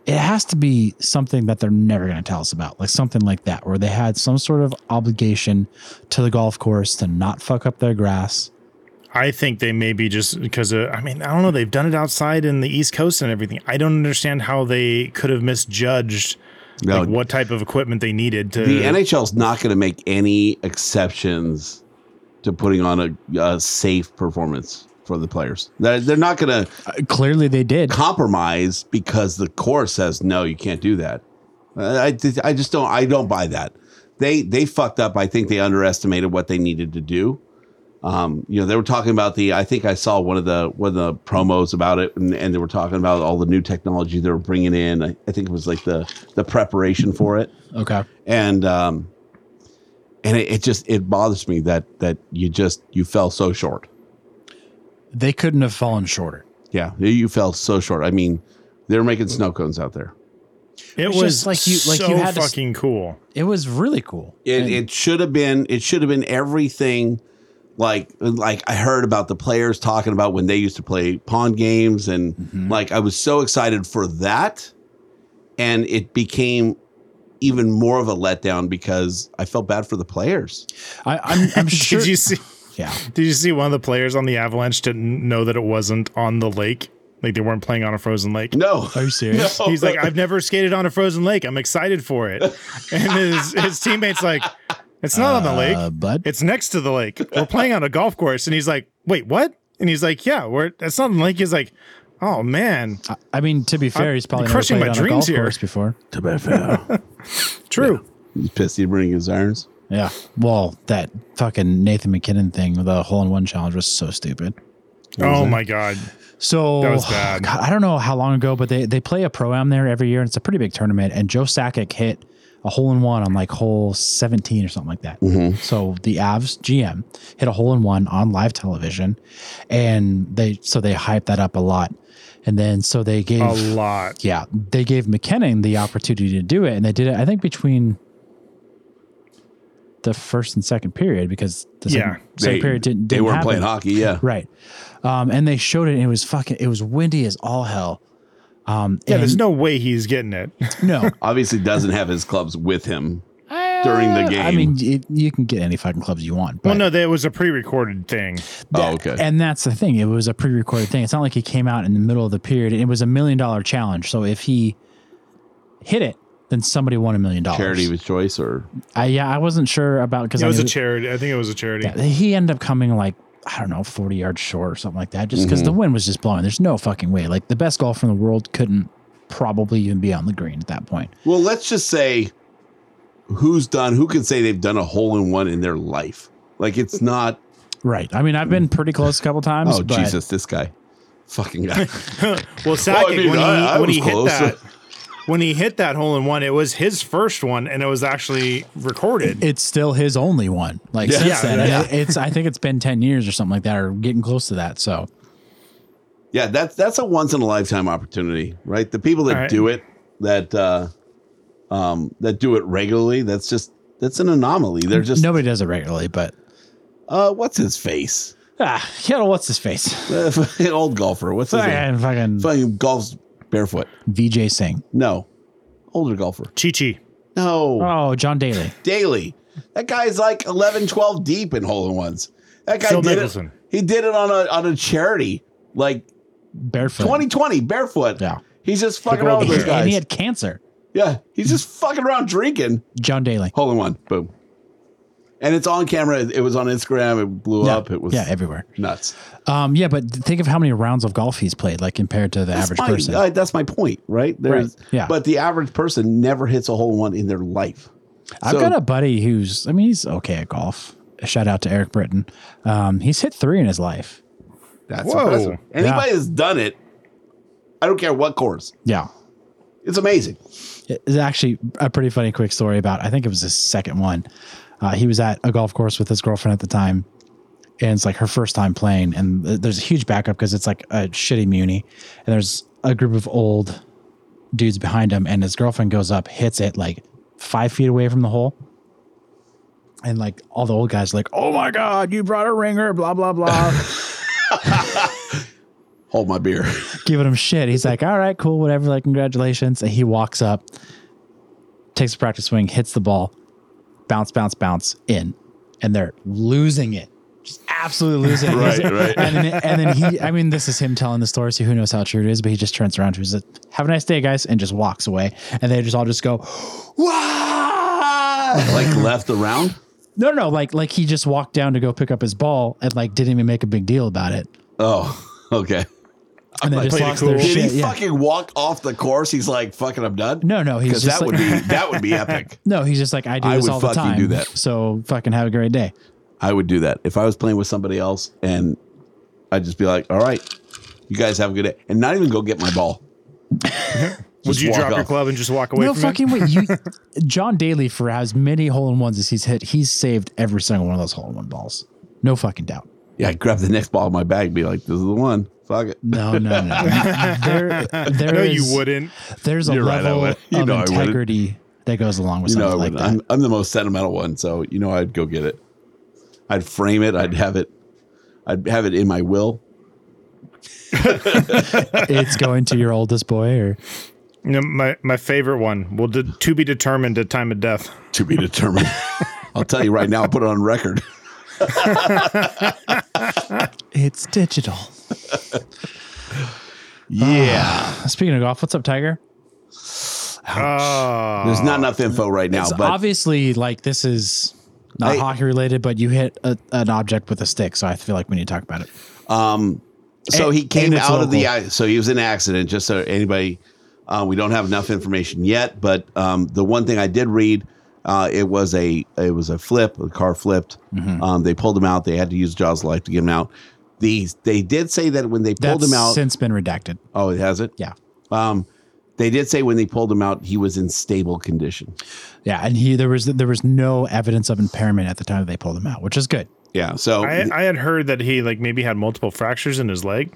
[SPEAKER 7] It has to be something that they're never going to tell us about, like something like that, where they had some sort of obligation to the golf course to not fuck up their grass.
[SPEAKER 6] I think they may be just because uh, I mean I don't know they've done it outside in the East Coast and everything. I don't understand how they could have misjudged
[SPEAKER 3] No,
[SPEAKER 6] like what type of equipment they needed to.
[SPEAKER 3] the NHL's not going to make any exceptions to putting on a, a safe performance for the players. They're, they're not going to
[SPEAKER 7] Uh, Clearly, they did.
[SPEAKER 3] compromise because the core says no, you can't do that. Uh, I just- I just don't I don't buy that. They they fucked up. I think they underestimated what they needed to do. Um, you know, they were talking about the. I think I saw one of the one of the promos about it, and, and they were talking about all the new technology they were bringing in. I, I think it was like the the preparation for it,
[SPEAKER 7] Okay.
[SPEAKER 3] and um, and it, it just it bothers me that that you just you fell so short.
[SPEAKER 7] They couldn't have fallen shorter.
[SPEAKER 3] Yeah, you fell so short. I mean, they're making snow cones out there.
[SPEAKER 6] It
[SPEAKER 7] was
[SPEAKER 6] was,
[SPEAKER 7] just like you- like
[SPEAKER 6] so
[SPEAKER 7] you had to s-
[SPEAKER 6] fucking cool.
[SPEAKER 7] It was really cool.
[SPEAKER 3] It,
[SPEAKER 7] And-
[SPEAKER 3] it should have been it should have been everything like like I heard about the players talking about when they used to play pawn games and
[SPEAKER 7] Mm-hmm.
[SPEAKER 3] like I was so excited for that and it became even more of a letdown because I felt bad for the players.
[SPEAKER 7] I, I'm, I'm sure.
[SPEAKER 6] Did you see?
[SPEAKER 7] yeah.
[SPEAKER 6] Did you see one of the players on the Avalanche didn't know that it wasn't on the lake? Like they weren't playing on a frozen lake.
[SPEAKER 3] No.
[SPEAKER 7] Are you serious?
[SPEAKER 6] He's like, I've never skated on a frozen lake. I'm excited for it. And his, his teammates like, it's not on the
[SPEAKER 7] Uh,
[SPEAKER 6] lake.
[SPEAKER 7] bud.
[SPEAKER 6] It's next to the lake. We're playing on a golf course. And he's like, wait, what? And he's like, yeah, we're it's not on the lake. He's like, oh man,
[SPEAKER 7] I- I mean, to be fair,
[SPEAKER 6] I'm
[SPEAKER 7] he's probably never
[SPEAKER 6] crushing
[SPEAKER 7] played
[SPEAKER 6] my
[SPEAKER 7] on a
[SPEAKER 6] dreams
[SPEAKER 7] golf
[SPEAKER 6] here.
[SPEAKER 7] course before.
[SPEAKER 6] true.
[SPEAKER 3] He's pissed he bring his irons.
[SPEAKER 7] Yeah. Well, that fucking Nathan McKinnon thing, the hole in one challenge was so stupid.
[SPEAKER 6] Oh my god,
[SPEAKER 7] So
[SPEAKER 6] That was bad.
[SPEAKER 7] God, I don't know how long ago, but they, they play a pro am there every year, and it's a pretty big tournament. And Joe Sakic hit a hole in one on like hole 17 or something like that.
[SPEAKER 6] Mm-hmm.
[SPEAKER 7] So the Avs GM hit a hole in one on live television, and they so they hyped that up a lot. And then so they gave
[SPEAKER 6] a lot.
[SPEAKER 7] yeah, they gave McKinnon the opportunity to do it, and they did it. I think between the first and second period because the
[SPEAKER 6] Yeah.
[SPEAKER 7] second, second period didn't.
[SPEAKER 3] they
[SPEAKER 7] didn't
[SPEAKER 3] weren't
[SPEAKER 7] happen.
[SPEAKER 3] playing hockey, yeah.
[SPEAKER 7] right? Um, and they showed it, and it was fucking. It was windy as all hell. Um,
[SPEAKER 6] Yeah,
[SPEAKER 7] and
[SPEAKER 6] there's no way he's getting it.
[SPEAKER 7] no
[SPEAKER 3] Obviously doesn't have his clubs with him during the game.
[SPEAKER 7] I mean, it, you can get any fucking clubs you want. But
[SPEAKER 6] Well, no, that was a pre-recorded thing.
[SPEAKER 3] oh, okay.
[SPEAKER 7] And that's the thing. It was a pre-recorded thing. It's not like he came out in the middle of the period. It was a million dollar challenge. So if he hit it, then somebody won a million dollars.
[SPEAKER 3] Charity with choice or
[SPEAKER 7] I, yeah, I wasn't sure about because
[SPEAKER 6] It
[SPEAKER 7] I
[SPEAKER 6] was a
[SPEAKER 7] knew-
[SPEAKER 6] charity. I think it was a charity.
[SPEAKER 7] Yeah, he ended up coming like I don't know, forty yards short or something like that, just
[SPEAKER 3] Mm-hmm.
[SPEAKER 7] because the wind was just blowing. There's no fucking way. Like the best golfer in the world couldn't probably even be on the green at that point.
[SPEAKER 3] Well, let's just say who's done, who can say they've done a hole in one in their life? Like, it's not,
[SPEAKER 7] Right. I mean, I've been pretty close a couple times.
[SPEAKER 3] Mm. oh,
[SPEAKER 7] but
[SPEAKER 3] Jesus, this guy. Fucking guy.
[SPEAKER 6] Well, Sakic,
[SPEAKER 3] I mean,
[SPEAKER 6] when he,
[SPEAKER 3] I- I
[SPEAKER 6] when
[SPEAKER 3] was
[SPEAKER 6] he hit
[SPEAKER 3] close.
[SPEAKER 6] that, when he hit that hole in one, it was his first one, and it was actually recorded.
[SPEAKER 7] It's still his only one. Like
[SPEAKER 6] Yeah.
[SPEAKER 7] since
[SPEAKER 6] Yeah,
[SPEAKER 7] then,
[SPEAKER 6] yeah.
[SPEAKER 7] and it's I think it's been ten years or something like that, or getting close to that. So
[SPEAKER 3] yeah, that's that's a once in a lifetime opportunity, right? The people that
[SPEAKER 6] All right.
[SPEAKER 3] do it, that uh, um, that do it regularly, that's just that's an anomaly. They're just
[SPEAKER 7] nobody does it regularly, but
[SPEAKER 3] uh, what's his face?
[SPEAKER 7] ah, you know, what's his face?
[SPEAKER 3] Uh, an old golfer. What's his name?
[SPEAKER 7] Fucking, fucking
[SPEAKER 3] Fucking golfs barefoot.
[SPEAKER 7] VJ Singh.
[SPEAKER 3] No, older golfer.
[SPEAKER 6] Chi Chi.
[SPEAKER 3] No.
[SPEAKER 7] Oh, John Daly.
[SPEAKER 3] daily. That guy's like 11, 12 deep in hole in ones. That guy
[SPEAKER 6] Phil
[SPEAKER 3] did
[SPEAKER 6] Mickelson.
[SPEAKER 3] it. He did it on a on a charity like
[SPEAKER 7] Barefoot.
[SPEAKER 3] 2020 barefoot.
[SPEAKER 7] Yeah.
[SPEAKER 3] He's just fucking
[SPEAKER 6] world
[SPEAKER 3] around with those guys.
[SPEAKER 7] and he had cancer.
[SPEAKER 3] yeah, he's just fucking around drinking
[SPEAKER 7] John Daly.
[SPEAKER 3] hole in one. Boom. And it's on camera. It was on Instagram. It blew
[SPEAKER 7] Yeah.
[SPEAKER 3] up. It was
[SPEAKER 7] yeah, everywhere.
[SPEAKER 3] nuts.
[SPEAKER 7] Um, yeah, but think of how many rounds of golf he's played, like compared to the average
[SPEAKER 3] my,
[SPEAKER 7] person.
[SPEAKER 3] uh, that's my point, right? There's,
[SPEAKER 7] yeah.
[SPEAKER 3] But the average person never hits a hole in one in their life.
[SPEAKER 7] I've
[SPEAKER 3] so-
[SPEAKER 7] got a buddy who's, I mean, he's okay at golf. Shout out to Eric Britton. Um, he's hit three in his life.
[SPEAKER 3] That's
[SPEAKER 6] Whoa.
[SPEAKER 3] impressive. Anybody
[SPEAKER 7] Yeah.
[SPEAKER 3] that's done it, I don't care what course,
[SPEAKER 7] Yeah.
[SPEAKER 3] it's amazing.
[SPEAKER 7] It's actually a pretty funny quick story about, I think it was his second one. Uh, he was at a golf course with his girlfriend at the time. And it's like her first time playing. And th- there's a huge backup because it's like a shitty Muni. And there's a group of old dudes behind him. And his girlfriend goes up, hits it like five feet away from the hole. And like all the old guys, are like, oh my God, you brought a ringer, blah, blah, blah.
[SPEAKER 3] Hold my beer.
[SPEAKER 7] giving him shit. He's like, all right, cool, whatever, like, congratulations. And he walks up, takes a practice swing, hits the ball, bounce, bounce, bounce, in. And they're losing it. Just absolutely losing it.
[SPEAKER 3] Right,
[SPEAKER 7] He's-
[SPEAKER 3] right.
[SPEAKER 7] And then, and then he, I mean, this is him telling the story, so who knows how true it is, but he just turns around to us, have a nice day, guys, and just walks away. And they just all just go, wow.
[SPEAKER 3] like left around.
[SPEAKER 7] No, no, like, like he just walked down to go pick up his ball and like didn't even make a big deal about it.
[SPEAKER 3] Oh, okay.
[SPEAKER 7] And they just
[SPEAKER 6] played it
[SPEAKER 7] lost their
[SPEAKER 6] cool.
[SPEAKER 3] Did
[SPEAKER 7] shit.
[SPEAKER 3] he
[SPEAKER 7] yeah.
[SPEAKER 3] fucking walk off the course? He's like, fucking, I'm done.
[SPEAKER 7] No, no, he's
[SPEAKER 3] because
[SPEAKER 7] just
[SPEAKER 3] that would
[SPEAKER 7] like-
[SPEAKER 3] be that would be epic.
[SPEAKER 7] No, he's just like I do
[SPEAKER 3] I
[SPEAKER 7] this
[SPEAKER 3] would
[SPEAKER 7] all the
[SPEAKER 3] fucking
[SPEAKER 7] time.
[SPEAKER 3] do that.
[SPEAKER 7] So fucking have a great day.
[SPEAKER 3] I would do that if I was playing with somebody else, and I'd just be like, all right, you guys have a good day, and not even go get my ball.
[SPEAKER 6] Would
[SPEAKER 3] Just
[SPEAKER 6] you
[SPEAKER 3] walk
[SPEAKER 6] drop your
[SPEAKER 3] off.
[SPEAKER 6] club and just walk away?
[SPEAKER 7] no
[SPEAKER 6] from
[SPEAKER 7] fucking way. You, John Daly for as many hole in ones as he's hit, he's saved every single one of those hole in one balls. No fucking doubt.
[SPEAKER 6] It?
[SPEAKER 3] Yeah, I grab the next ball in my bag and be like, this is the one. Fuck it.
[SPEAKER 7] No, no, no. there, there
[SPEAKER 6] No, you
[SPEAKER 7] is-
[SPEAKER 6] wouldn't.
[SPEAKER 7] There's a
[SPEAKER 3] You're right, I
[SPEAKER 7] level
[SPEAKER 3] would. You
[SPEAKER 7] of
[SPEAKER 3] know I wouldn't.
[SPEAKER 7] integrity that goes along with
[SPEAKER 3] You know, I
[SPEAKER 7] something like
[SPEAKER 3] wouldn't.
[SPEAKER 7] that.
[SPEAKER 3] I'm, I'm the most sentimental one, so you know I'd go get it. I'd frame it. I'd have it. I'd have it in my will.
[SPEAKER 7] it's going to your oldest boy, or
[SPEAKER 6] You know, my my favorite one will de- to be determined at time of death.
[SPEAKER 3] to be determined. I'll tell you right now, I'll put it on record.
[SPEAKER 7] it's digital.
[SPEAKER 3] Yeah.
[SPEAKER 7] Speaking of golf, what's up, Tiger?
[SPEAKER 6] Ah,
[SPEAKER 3] There's not enough info right now,
[SPEAKER 7] It's
[SPEAKER 3] but
[SPEAKER 7] obviously like this is not
[SPEAKER 3] I-
[SPEAKER 7] hockey related, but you hit a, an object with a stick, so I feel like we need to talk about it.
[SPEAKER 3] um, so
[SPEAKER 7] And-
[SPEAKER 3] he came
[SPEAKER 7] and it's
[SPEAKER 3] out of the
[SPEAKER 7] local.
[SPEAKER 3] so he was in an accident. Just so anybody, uh, we don't have enough information yet, but um, the one thing I did read, uh, it was a it was a flip. The car flipped. Um, they pulled him out. They had to use Jaws life to get him out. The they did say that when they pulled
[SPEAKER 7] That's
[SPEAKER 3] him out,
[SPEAKER 7] since been redacted.
[SPEAKER 3] oh, it has it.
[SPEAKER 7] Yeah,
[SPEAKER 3] Um, they did say when they pulled him out, he was in stable condition.
[SPEAKER 7] yeah, and he there was there was no evidence of impairment at the time that they pulled him out, which is good.
[SPEAKER 3] Yeah. So
[SPEAKER 6] I, I had heard that he like maybe had multiple fractures in his leg.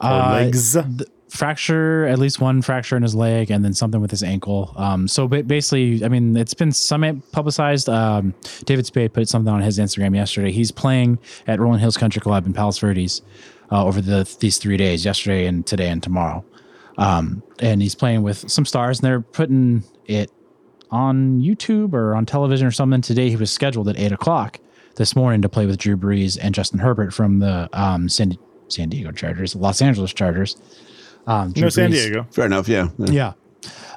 [SPEAKER 6] Or
[SPEAKER 7] Uh,
[SPEAKER 6] legs.
[SPEAKER 7] th- fracture at least one fracture in his leg and then something with his ankle um so ba- basically i mean it's been some publicized um david spade put something on his instagram yesterday he's playing at rolling hills country club in palos verdes uh, over the these three days yesterday and today and tomorrow um and he's playing with some stars and they're putting it on youtube or on television or something today he was scheduled at eight o'clock this morning to play with drew brees and justin herbert from the um san, san diego chargers los angeles chargers um, Drew
[SPEAKER 6] No, San
[SPEAKER 7] Brees-
[SPEAKER 6] Diego.
[SPEAKER 3] fair enough. Yeah.
[SPEAKER 7] Yeah.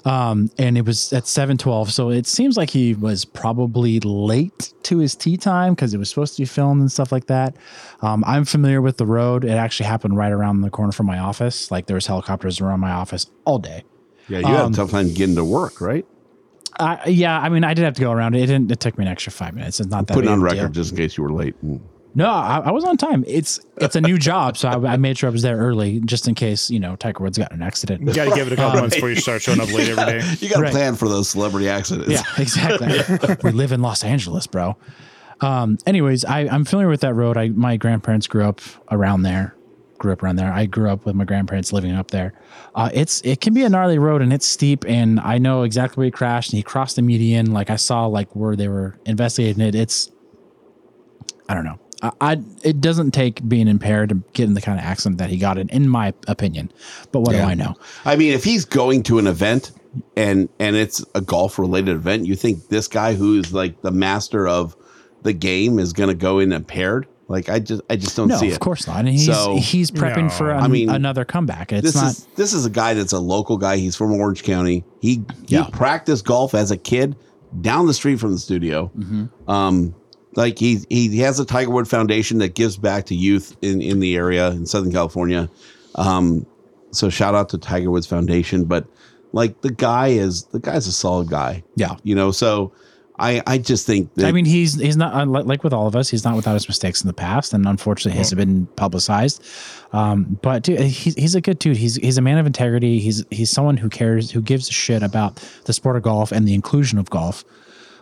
[SPEAKER 7] Um, and it was at 712. So it seems like he was probably late to his tea time because it was supposed to be filmed and stuff like that. Um, I'm familiar with the road. It actually happened right around the corner from my office. Like there was helicopters around my office all day.
[SPEAKER 3] Yeah, you had a tough
[SPEAKER 7] Um,
[SPEAKER 3] time getting to work, right?
[SPEAKER 7] I yeah, I mean, I did have to go around. It didn't. It took me an extra five minutes. It's not that
[SPEAKER 3] Put it
[SPEAKER 7] big
[SPEAKER 3] on
[SPEAKER 7] of a deal.
[SPEAKER 3] record just in case you were late. Mm.
[SPEAKER 7] No, I, I was on time. It's it's a new job, so I, I made sure I was there early just in case you know Tiger Woods got in an accident.
[SPEAKER 6] You got to give it a couple months before you start showing up late every day.
[SPEAKER 3] You got to
[SPEAKER 7] Right.
[SPEAKER 3] plan for those celebrity accidents.
[SPEAKER 7] Yeah, exactly. we live in Los Angeles, bro. Um, anyways, I, I'm familiar with that road. I my grandparents grew up around there. Grew up around there. I grew up with my grandparents living up there. Uh, it's it can be a gnarly road and it's steep. And I know exactly where he crashed. And he crossed the median. Like I saw like where they were investigating it. It's I don't know. I, I it doesn't take being impaired to get in the kind of accident that he got in, in my opinion. But what
[SPEAKER 3] Yeah.
[SPEAKER 7] do I know?
[SPEAKER 3] I mean, if he's going to an event and and it's a golf related event, you think this guy who is like the master of the game is going to go in impaired? Like I just I just don't
[SPEAKER 7] No,
[SPEAKER 3] see it.
[SPEAKER 7] of course not. And he's
[SPEAKER 3] So-
[SPEAKER 7] he's prepping
[SPEAKER 6] No.
[SPEAKER 7] for
[SPEAKER 6] I
[SPEAKER 7] an,
[SPEAKER 3] mean,
[SPEAKER 7] another comeback. It's
[SPEAKER 3] This
[SPEAKER 7] not
[SPEAKER 3] is this is a guy that's a local guy. He's from Orange County. He he
[SPEAKER 7] Yeah.
[SPEAKER 3] practiced golf as a kid down the street from the studio.
[SPEAKER 7] Mm-hmm.
[SPEAKER 3] Um, like he he has a Tiger Wood Foundation that gives back to youth in in the area in Southern California. Um, so shout out to Tiger Woods Foundation, but like the guy is the guy's a solid guy.
[SPEAKER 7] Yeah.
[SPEAKER 3] you know. So I I just think that
[SPEAKER 7] I mean, he's he's not unlike- like with all of us. He's not without his mistakes in the past, and unfortunately, his have been publicized. Um, but dude, he's he's a good dude. He's he's a man of integrity. He's he's someone who cares, who gives a shit about the sport of golf and the inclusion of golf,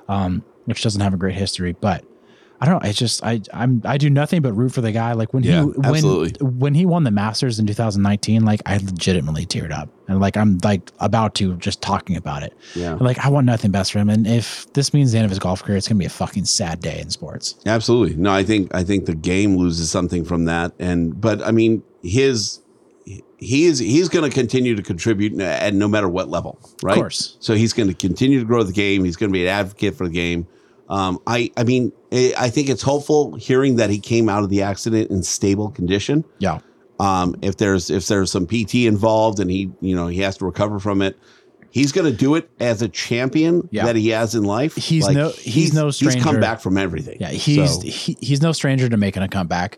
[SPEAKER 7] um, which doesn't have a great history. But I don't know. It's just I I'm I do nothing but root for the guy. Like when
[SPEAKER 3] Yeah,
[SPEAKER 7] he when
[SPEAKER 3] absolutely.
[SPEAKER 7] when he won the Masters in 2019, like I legitimately teared up, and like I'm like about to just talking about it.
[SPEAKER 3] Yeah.
[SPEAKER 7] And, like I want nothing best for him, and if this means the end of his golf career, it's gonna be a fucking sad day in sports.
[SPEAKER 3] Absolutely. No, I think I think the game loses something from that. And but I mean his he is he's going to continue to contribute n- at no matter what level, right?
[SPEAKER 7] course.
[SPEAKER 3] So he's going to continue to grow the game. He's going to be an advocate for the game. Um, I I mean I I think it's hopeful hearing that he came out of the accident in stable condition.
[SPEAKER 7] Yeah,
[SPEAKER 3] Um, if there's if there's some PT involved and he you know he has to recover from it, he's going to do it as a champion
[SPEAKER 7] Yeah.
[SPEAKER 3] that he has in life.
[SPEAKER 7] He's no- he's no
[SPEAKER 3] He's come
[SPEAKER 7] stranger.
[SPEAKER 3] back from everything.
[SPEAKER 7] yeah, he's
[SPEAKER 3] So-
[SPEAKER 7] he, he's no stranger to making a comeback.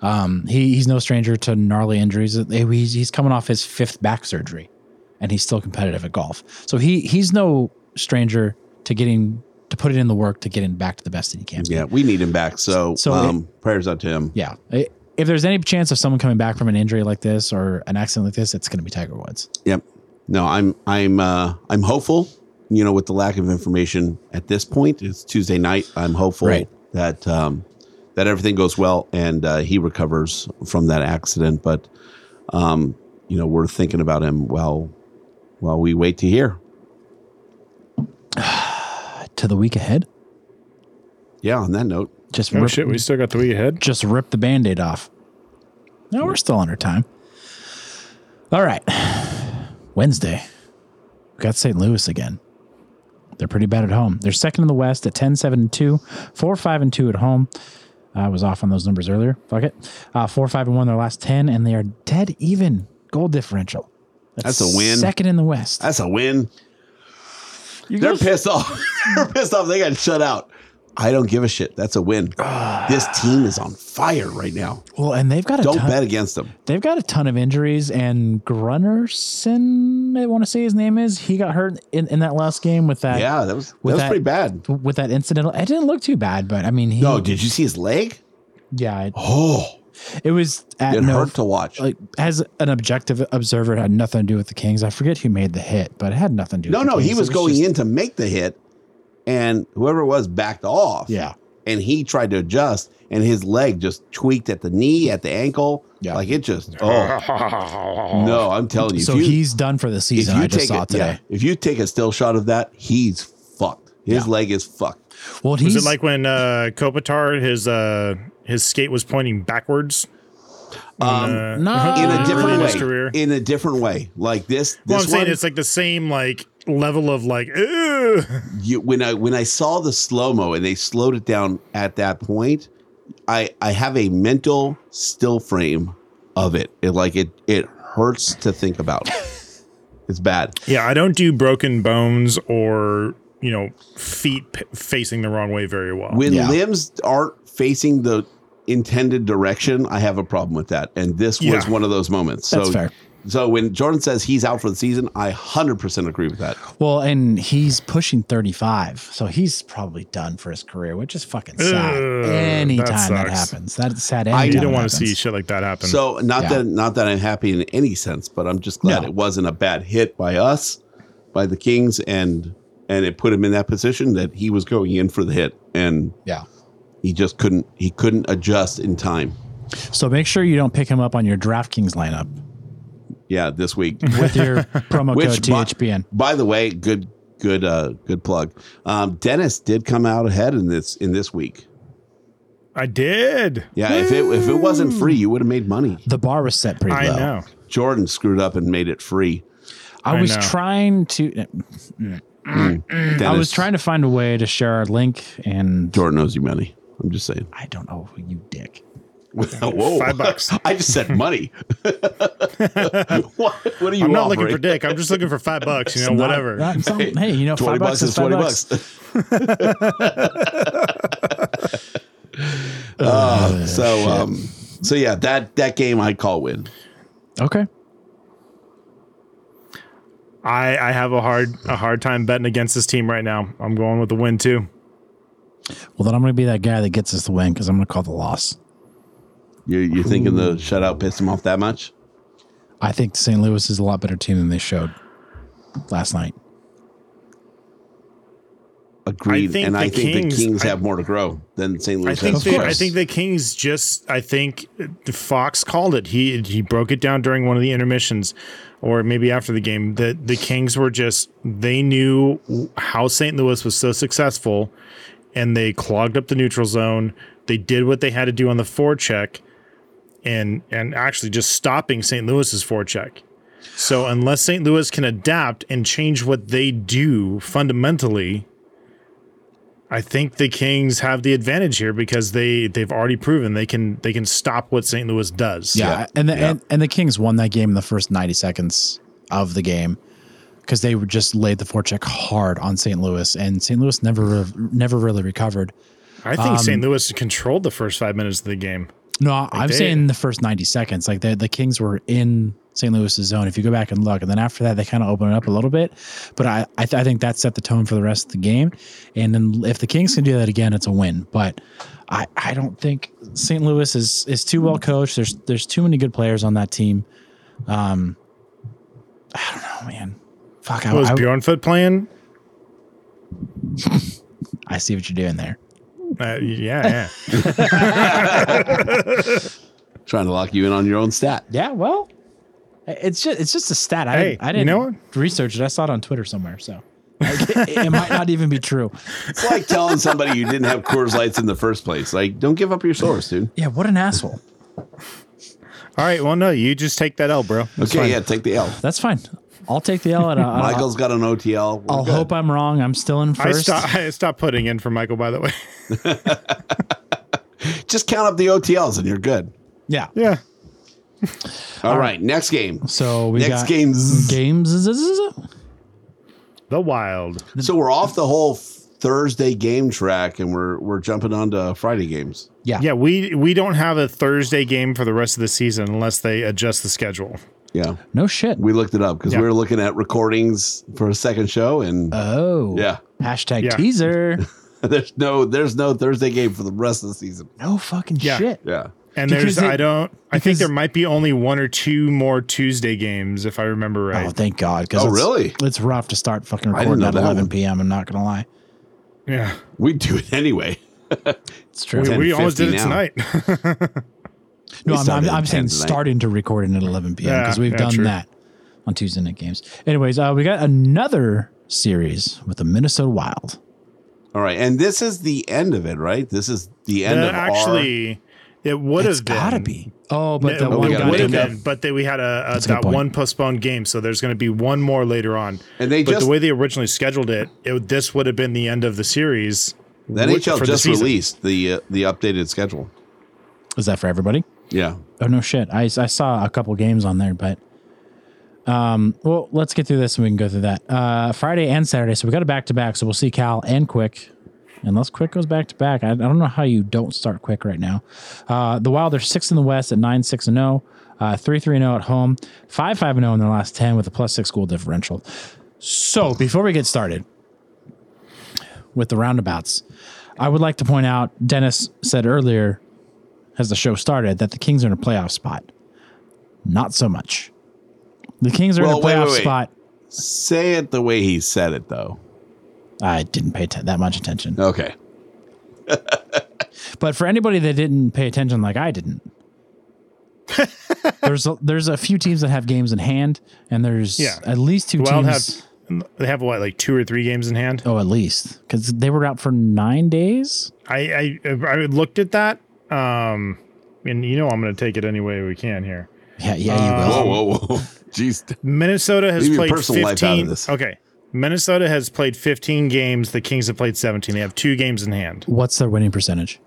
[SPEAKER 7] Um, he he's no stranger to gnarly injuries. He's, he's coming off his fifth back surgery, and he's still competitive at golf. So he he's no stranger to getting to put it in the work to getting back to the best that he can. be.
[SPEAKER 3] Yeah, we need him back. So,
[SPEAKER 7] So
[SPEAKER 3] um, prayers out to him.
[SPEAKER 7] yeah. I- If there's any chance of someone coming back from an injury like this or an accident like this, it's going to be Tiger Woods.
[SPEAKER 3] Yep. No, I'm I'm uh, I'm hopeful. You know, with the lack of information at this point, it's Tuesday night. I'm hopeful
[SPEAKER 7] Right.
[SPEAKER 3] that um, that everything goes well and uh, he recovers from that accident. But um, you know, we're thinking about him while while we wait to hear.
[SPEAKER 7] to the week ahead.
[SPEAKER 3] Yeah, on that note,
[SPEAKER 7] Just
[SPEAKER 6] Oh
[SPEAKER 7] rip,
[SPEAKER 6] shit, we still got the week ahead.
[SPEAKER 7] just rip the band-aid off. No, we're still under time. All right. Wednesday. We got St. Louis again. They're pretty bad at home. They're second in the West at 10, 7, and 2, 4, 5, and 2 at home. I was off on those numbers earlier. Fuck it. Uh, 4, 5, and 1 their last 10, and they are dead even goal differential.
[SPEAKER 3] That's a win.
[SPEAKER 7] Second in the West.
[SPEAKER 3] that's a win. They're pissed off. They're pissed off. They got shut out. I don't give a shit. That's a win.
[SPEAKER 7] Ah.
[SPEAKER 3] this team is on fire right now.
[SPEAKER 7] well, and they've got a
[SPEAKER 3] Don't
[SPEAKER 7] ton,
[SPEAKER 3] bet against them.
[SPEAKER 7] They've got a ton of injuries, and Grunnerson, I want to say his name is, he got hurt in, in that last game with that.
[SPEAKER 3] Yeah, that was that
[SPEAKER 7] with
[SPEAKER 3] was pretty bad.
[SPEAKER 7] With that incidental, it didn't look too bad, but I mean, he,
[SPEAKER 3] No, did you see his leg?
[SPEAKER 7] yeah, it,
[SPEAKER 3] Oh,
[SPEAKER 7] it was at
[SPEAKER 3] it
[SPEAKER 7] no,
[SPEAKER 3] hurt to watch.
[SPEAKER 7] like as an objective observer, it had nothing to do with the Kings. I forget who made the hit, but it had nothing to do.
[SPEAKER 3] no,
[SPEAKER 7] with the
[SPEAKER 3] no, he
[SPEAKER 7] Kings. It
[SPEAKER 3] was going
[SPEAKER 7] just-
[SPEAKER 3] in to make the hit, and whoever it was backed off.
[SPEAKER 7] Yeah,
[SPEAKER 3] and he tried to adjust, and his leg just tweaked at the knee, at the ankle.
[SPEAKER 7] Yeah.
[SPEAKER 3] like it just. Oh no, I'm telling you. if
[SPEAKER 7] so
[SPEAKER 3] you-
[SPEAKER 7] he's done for the season. I just
[SPEAKER 3] take
[SPEAKER 7] saw
[SPEAKER 3] it, yeah,
[SPEAKER 7] today.
[SPEAKER 3] if you take a still shot of that, he's fucked. His
[SPEAKER 7] Yeah.
[SPEAKER 3] leg is fucked.
[SPEAKER 7] Well,
[SPEAKER 6] Was
[SPEAKER 7] he's
[SPEAKER 6] it like when uh, Kopitar his uh, his skate was pointing backwards?
[SPEAKER 7] no.
[SPEAKER 6] Uh,
[SPEAKER 3] Um, in a
[SPEAKER 7] Uh,
[SPEAKER 6] early
[SPEAKER 3] different
[SPEAKER 6] in
[SPEAKER 3] way.
[SPEAKER 6] his career.
[SPEAKER 3] In a different way, like this. This
[SPEAKER 6] well, I'm saying
[SPEAKER 3] one,
[SPEAKER 6] it's like the same like level of like Ew.
[SPEAKER 3] you, when I when I saw the slow mo and they slowed it down at that point, I I have a mental still frame of it. It like it it hurts to think about. it's bad.
[SPEAKER 6] Yeah, I don't do broken bones or you know feet p- facing the wrong way very well.
[SPEAKER 3] When
[SPEAKER 7] Yeah.
[SPEAKER 3] limbs aren't facing the intended direction, I have a problem with that. And this was
[SPEAKER 6] Yeah.
[SPEAKER 3] one of those moments. So,
[SPEAKER 7] That's fair.
[SPEAKER 3] So when Jordan says he's out for the season, I hundred percent agree with that.
[SPEAKER 7] well, and he's pushing thirty-five, so he's probably done for his career, which is fucking sad.
[SPEAKER 6] Ugh, that
[SPEAKER 7] anytime that,
[SPEAKER 6] sucks.
[SPEAKER 7] happens, that's sad.
[SPEAKER 3] I-
[SPEAKER 6] you
[SPEAKER 7] anytime
[SPEAKER 6] don't
[SPEAKER 7] it
[SPEAKER 6] want to
[SPEAKER 7] happens.
[SPEAKER 6] see shit like that happen.
[SPEAKER 3] So not
[SPEAKER 7] Yeah.
[SPEAKER 3] that not that I'm happy in any sense, but I'm just glad
[SPEAKER 7] No.
[SPEAKER 3] it wasn't a bad hit by us, by the Kings, and and it put him in that position that he was going in for the hit, and
[SPEAKER 7] Yeah.
[SPEAKER 3] he just couldn't he couldn't adjust in time.
[SPEAKER 7] So make sure you don't pick him up on your DraftKings lineup
[SPEAKER 3] Yeah, this week.
[SPEAKER 7] with your promo code
[SPEAKER 3] by-
[SPEAKER 7] THPN.
[SPEAKER 3] By, the way, good good uh good plug. Um Dennis did come out ahead in this in this week.
[SPEAKER 6] I did.
[SPEAKER 3] Yeah, if it if it wasn't free, you would have made money.
[SPEAKER 7] The bar was set pretty
[SPEAKER 6] I
[SPEAKER 7] low.
[SPEAKER 6] know.
[SPEAKER 3] Jordan screwed up and made it free.
[SPEAKER 7] I
[SPEAKER 6] I
[SPEAKER 7] was
[SPEAKER 6] know.
[SPEAKER 7] trying to.
[SPEAKER 3] Dennis,
[SPEAKER 7] I was trying to find a way to share our link, and
[SPEAKER 3] Jordan owes you money. I'm just saying.
[SPEAKER 7] I don't know who you dick.
[SPEAKER 3] Whoa.
[SPEAKER 6] Five bucks.
[SPEAKER 3] I just said money. what, what are you
[SPEAKER 6] I'm not
[SPEAKER 3] offering?
[SPEAKER 6] looking for dick. I'm just looking for five bucks. You know,
[SPEAKER 7] Not-
[SPEAKER 6] whatever.
[SPEAKER 7] not some- hey, you know, five
[SPEAKER 3] 20
[SPEAKER 7] bucks is five
[SPEAKER 3] 20
[SPEAKER 7] bucks.
[SPEAKER 3] bucks.
[SPEAKER 6] Oh,
[SPEAKER 3] Uh, so um so yeah, that that game I call win.
[SPEAKER 7] Okay.
[SPEAKER 6] I I have a hard a hard time betting against this team right now. I'm going with the win too.
[SPEAKER 7] Well, then I'm going to be that guy that gets us the win because I'm going to call the loss.
[SPEAKER 3] You you thinking the shutout pissed him off that much?
[SPEAKER 7] I think St. Louis is a lot better team than they showed last night.
[SPEAKER 3] Agreed.
[SPEAKER 6] think
[SPEAKER 3] and
[SPEAKER 6] the
[SPEAKER 3] I think
[SPEAKER 6] Kings-
[SPEAKER 3] the Kings
[SPEAKER 6] I-
[SPEAKER 3] have more to grow than St. Louis
[SPEAKER 6] I think
[SPEAKER 3] has.
[SPEAKER 6] the, I
[SPEAKER 7] course.
[SPEAKER 6] think the Kings just I think the Fox called it. He he broke it down during one of the intermissions, or maybe after the game. That the Kings were just they knew how St. Louis was so successful, and they clogged up the neutral zone. They did what they had to do on the forecheck, and and actually just stopping St. Louis's forecheck. So unless St. Louis can adapt and change what they do fundamentally, I think the Kings have the advantage here because they they've already proven they can they can stop what St. Louis does.
[SPEAKER 7] Yeah, and the and, and the Kings won that game in the first ninety seconds of the game because they were just laid the forecheck hard on St. Louis, and St. Louis never re- never really recovered.
[SPEAKER 6] I think
[SPEAKER 7] Um,
[SPEAKER 6] St. Louis controlled the first five minutes of the game.
[SPEAKER 7] No, I- I'm
[SPEAKER 6] did.
[SPEAKER 7] saying the first ninety seconds, like the the Kings were in St. Louis's zone. If you go back and look, and then after that, they kind of open it up a little bit, but I I, th- I think that set the tone for the rest of the game. And then if the Kings can do that again, it's a win. But I, I don't think St. Louis is is too well coached. There's there's too many good players on that team. Um, I don't know, man. Fuck, I,
[SPEAKER 6] Was
[SPEAKER 7] I,
[SPEAKER 6] Bjornfoot playing?
[SPEAKER 7] I see what you're doing there.
[SPEAKER 6] Uh, yeah, yeah.
[SPEAKER 3] Trying to lock you in on your own stat.
[SPEAKER 7] Yeah, well, it's just it's just a stat. I,
[SPEAKER 6] Hey,
[SPEAKER 7] didn't- I
[SPEAKER 6] you
[SPEAKER 7] didn't
[SPEAKER 6] know what?
[SPEAKER 7] research it. I saw it on Twitter somewhere, so like, it, it might not even be true.
[SPEAKER 3] It's like telling somebody you didn't have Coors Lights in the first place. Like, don't give up your source, dude.
[SPEAKER 7] Yeah, what an asshole.
[SPEAKER 6] All right. Well, no, you just take that L, bro. That's
[SPEAKER 3] Okay,
[SPEAKER 6] fine.
[SPEAKER 3] yeah, take the L.
[SPEAKER 7] That's fine. I'll take the L, and I'll,
[SPEAKER 3] Michael's got an OTL. We're
[SPEAKER 7] Uh, I'll
[SPEAKER 3] good.
[SPEAKER 7] hope I'm wrong. I'm still in
[SPEAKER 6] I
[SPEAKER 7] first.
[SPEAKER 6] stopped, I stopped putting in for Michael, by the way.
[SPEAKER 3] Just count up the OTLs and you're good.
[SPEAKER 7] Yeah.
[SPEAKER 6] Yeah.
[SPEAKER 3] All right, next game.
[SPEAKER 7] So we
[SPEAKER 3] next
[SPEAKER 7] got
[SPEAKER 3] game. zzz.
[SPEAKER 7] games. z- z- z-
[SPEAKER 6] The Wild.
[SPEAKER 3] So we're off the whole Thursday game track and we're we're jumping onto Friday games.
[SPEAKER 7] Yeah.
[SPEAKER 6] Yeah, we we don't have a Thursday game for the rest of the season unless they adjust the schedule.
[SPEAKER 3] Yeah,
[SPEAKER 7] No shit.
[SPEAKER 3] we looked it up because
[SPEAKER 6] Yeah.
[SPEAKER 3] we were looking at recordings for a second show, and
[SPEAKER 7] Oh.
[SPEAKER 3] yeah,
[SPEAKER 7] Hashtag
[SPEAKER 6] Yeah.
[SPEAKER 7] teaser.
[SPEAKER 3] there's no there's no Thursday game for the rest of the season.
[SPEAKER 7] No fucking
[SPEAKER 6] Yeah.
[SPEAKER 7] shit.
[SPEAKER 3] Yeah,
[SPEAKER 6] And
[SPEAKER 7] Because
[SPEAKER 6] there's
[SPEAKER 7] they-
[SPEAKER 6] I don't I think
[SPEAKER 7] because-
[SPEAKER 6] there might be only one or two more Tuesday games if I remember right.
[SPEAKER 7] Oh, thank God. 'cause
[SPEAKER 3] Oh,
[SPEAKER 7] it's-
[SPEAKER 3] really?
[SPEAKER 7] It's rough to start fucking
[SPEAKER 3] I didn't
[SPEAKER 7] recording
[SPEAKER 3] know
[SPEAKER 7] at
[SPEAKER 3] that
[SPEAKER 7] 11
[SPEAKER 3] one.
[SPEAKER 7] p.m. I'm not going to lie.
[SPEAKER 6] yeah.
[SPEAKER 3] we do it anyway.
[SPEAKER 7] It's true.
[SPEAKER 6] We, we almost did it
[SPEAKER 3] 10:50
[SPEAKER 6] tonight.
[SPEAKER 7] No, I'm,
[SPEAKER 3] started
[SPEAKER 7] I'm,
[SPEAKER 3] at
[SPEAKER 7] I'm
[SPEAKER 3] 10
[SPEAKER 7] saying
[SPEAKER 3] tonight.
[SPEAKER 7] starting to record it at 11 p.m. because
[SPEAKER 6] Yeah,
[SPEAKER 7] we've
[SPEAKER 6] yeah,
[SPEAKER 7] done
[SPEAKER 6] true.
[SPEAKER 7] that on Tuesday night games. Anyways, uh, we got another series with the Minnesota Wild.
[SPEAKER 3] All right, and this is the end of it, right? This is the end
[SPEAKER 6] Uh,
[SPEAKER 3] of actually.
[SPEAKER 6] actually it would
[SPEAKER 7] It's
[SPEAKER 6] have been
[SPEAKER 7] gotta be. Oh, but
[SPEAKER 6] It-
[SPEAKER 7] that
[SPEAKER 6] it
[SPEAKER 7] one
[SPEAKER 3] gotta
[SPEAKER 7] guy.
[SPEAKER 6] would have
[SPEAKER 3] make up.
[SPEAKER 6] been, but they, we had a, a
[SPEAKER 7] a good
[SPEAKER 6] that
[SPEAKER 7] point.
[SPEAKER 6] one postponed game, so there's going to be one more later on.
[SPEAKER 3] And they
[SPEAKER 6] but
[SPEAKER 3] just-
[SPEAKER 6] the way they originally scheduled it, it this would have been the end of the series.
[SPEAKER 3] Our, the
[SPEAKER 6] wi-
[SPEAKER 3] NHL
[SPEAKER 6] for the
[SPEAKER 3] just
[SPEAKER 6] season.
[SPEAKER 3] released the uh, the updated schedule.
[SPEAKER 7] Is that for everybody?
[SPEAKER 3] Yeah,
[SPEAKER 7] Oh no shit! I, I saw a couple games on there, but um, well, let's get through this and we can go through that. Uh, Friday and Saturday, so we got a back to back. So we'll see Cal and Quick, unless Quick goes back to back. I I don't know how you don't start Quick right now. Uh, the Wild are six in the West at nine six and zero, three three and zero at home, five five and zero in their last ten with a plus six goal differential. So before we get started with the roundabouts, I would like to point out Dennis said earlier as the show started that the Kings are in a playoff spot. Not so much. The Kings are
[SPEAKER 3] Well,
[SPEAKER 7] in a
[SPEAKER 3] wait,
[SPEAKER 7] playoff
[SPEAKER 3] wait, wait.
[SPEAKER 7] spot.
[SPEAKER 3] say it the way he said it, though.
[SPEAKER 7] I didn't pay atten- that much attention.
[SPEAKER 3] Okay,
[SPEAKER 7] But for anybody that didn't pay attention like I didn't, there's a, there's a few teams that have games in hand, and there's
[SPEAKER 6] Yeah.
[SPEAKER 7] at least two
[SPEAKER 6] The Wild have
[SPEAKER 7] teams.
[SPEAKER 6] they have what like two or three games in hand.
[SPEAKER 7] oh, at least because they were out for nine days.
[SPEAKER 6] I, I I looked at that, um, and you know I'm going to take it any way we can here.
[SPEAKER 7] Yeah,
[SPEAKER 6] Uh,
[SPEAKER 7] yeah, you
[SPEAKER 3] whoa,
[SPEAKER 7] will.
[SPEAKER 3] whoa, whoa, jeez,
[SPEAKER 6] Minnesota has
[SPEAKER 3] Leave your
[SPEAKER 6] played
[SPEAKER 3] personal life out of
[SPEAKER 6] 15.
[SPEAKER 3] this.
[SPEAKER 6] Okay, Minnesota has played 15 games. The Kings have played 17. They have two games in hand.
[SPEAKER 7] What's their winning percentage?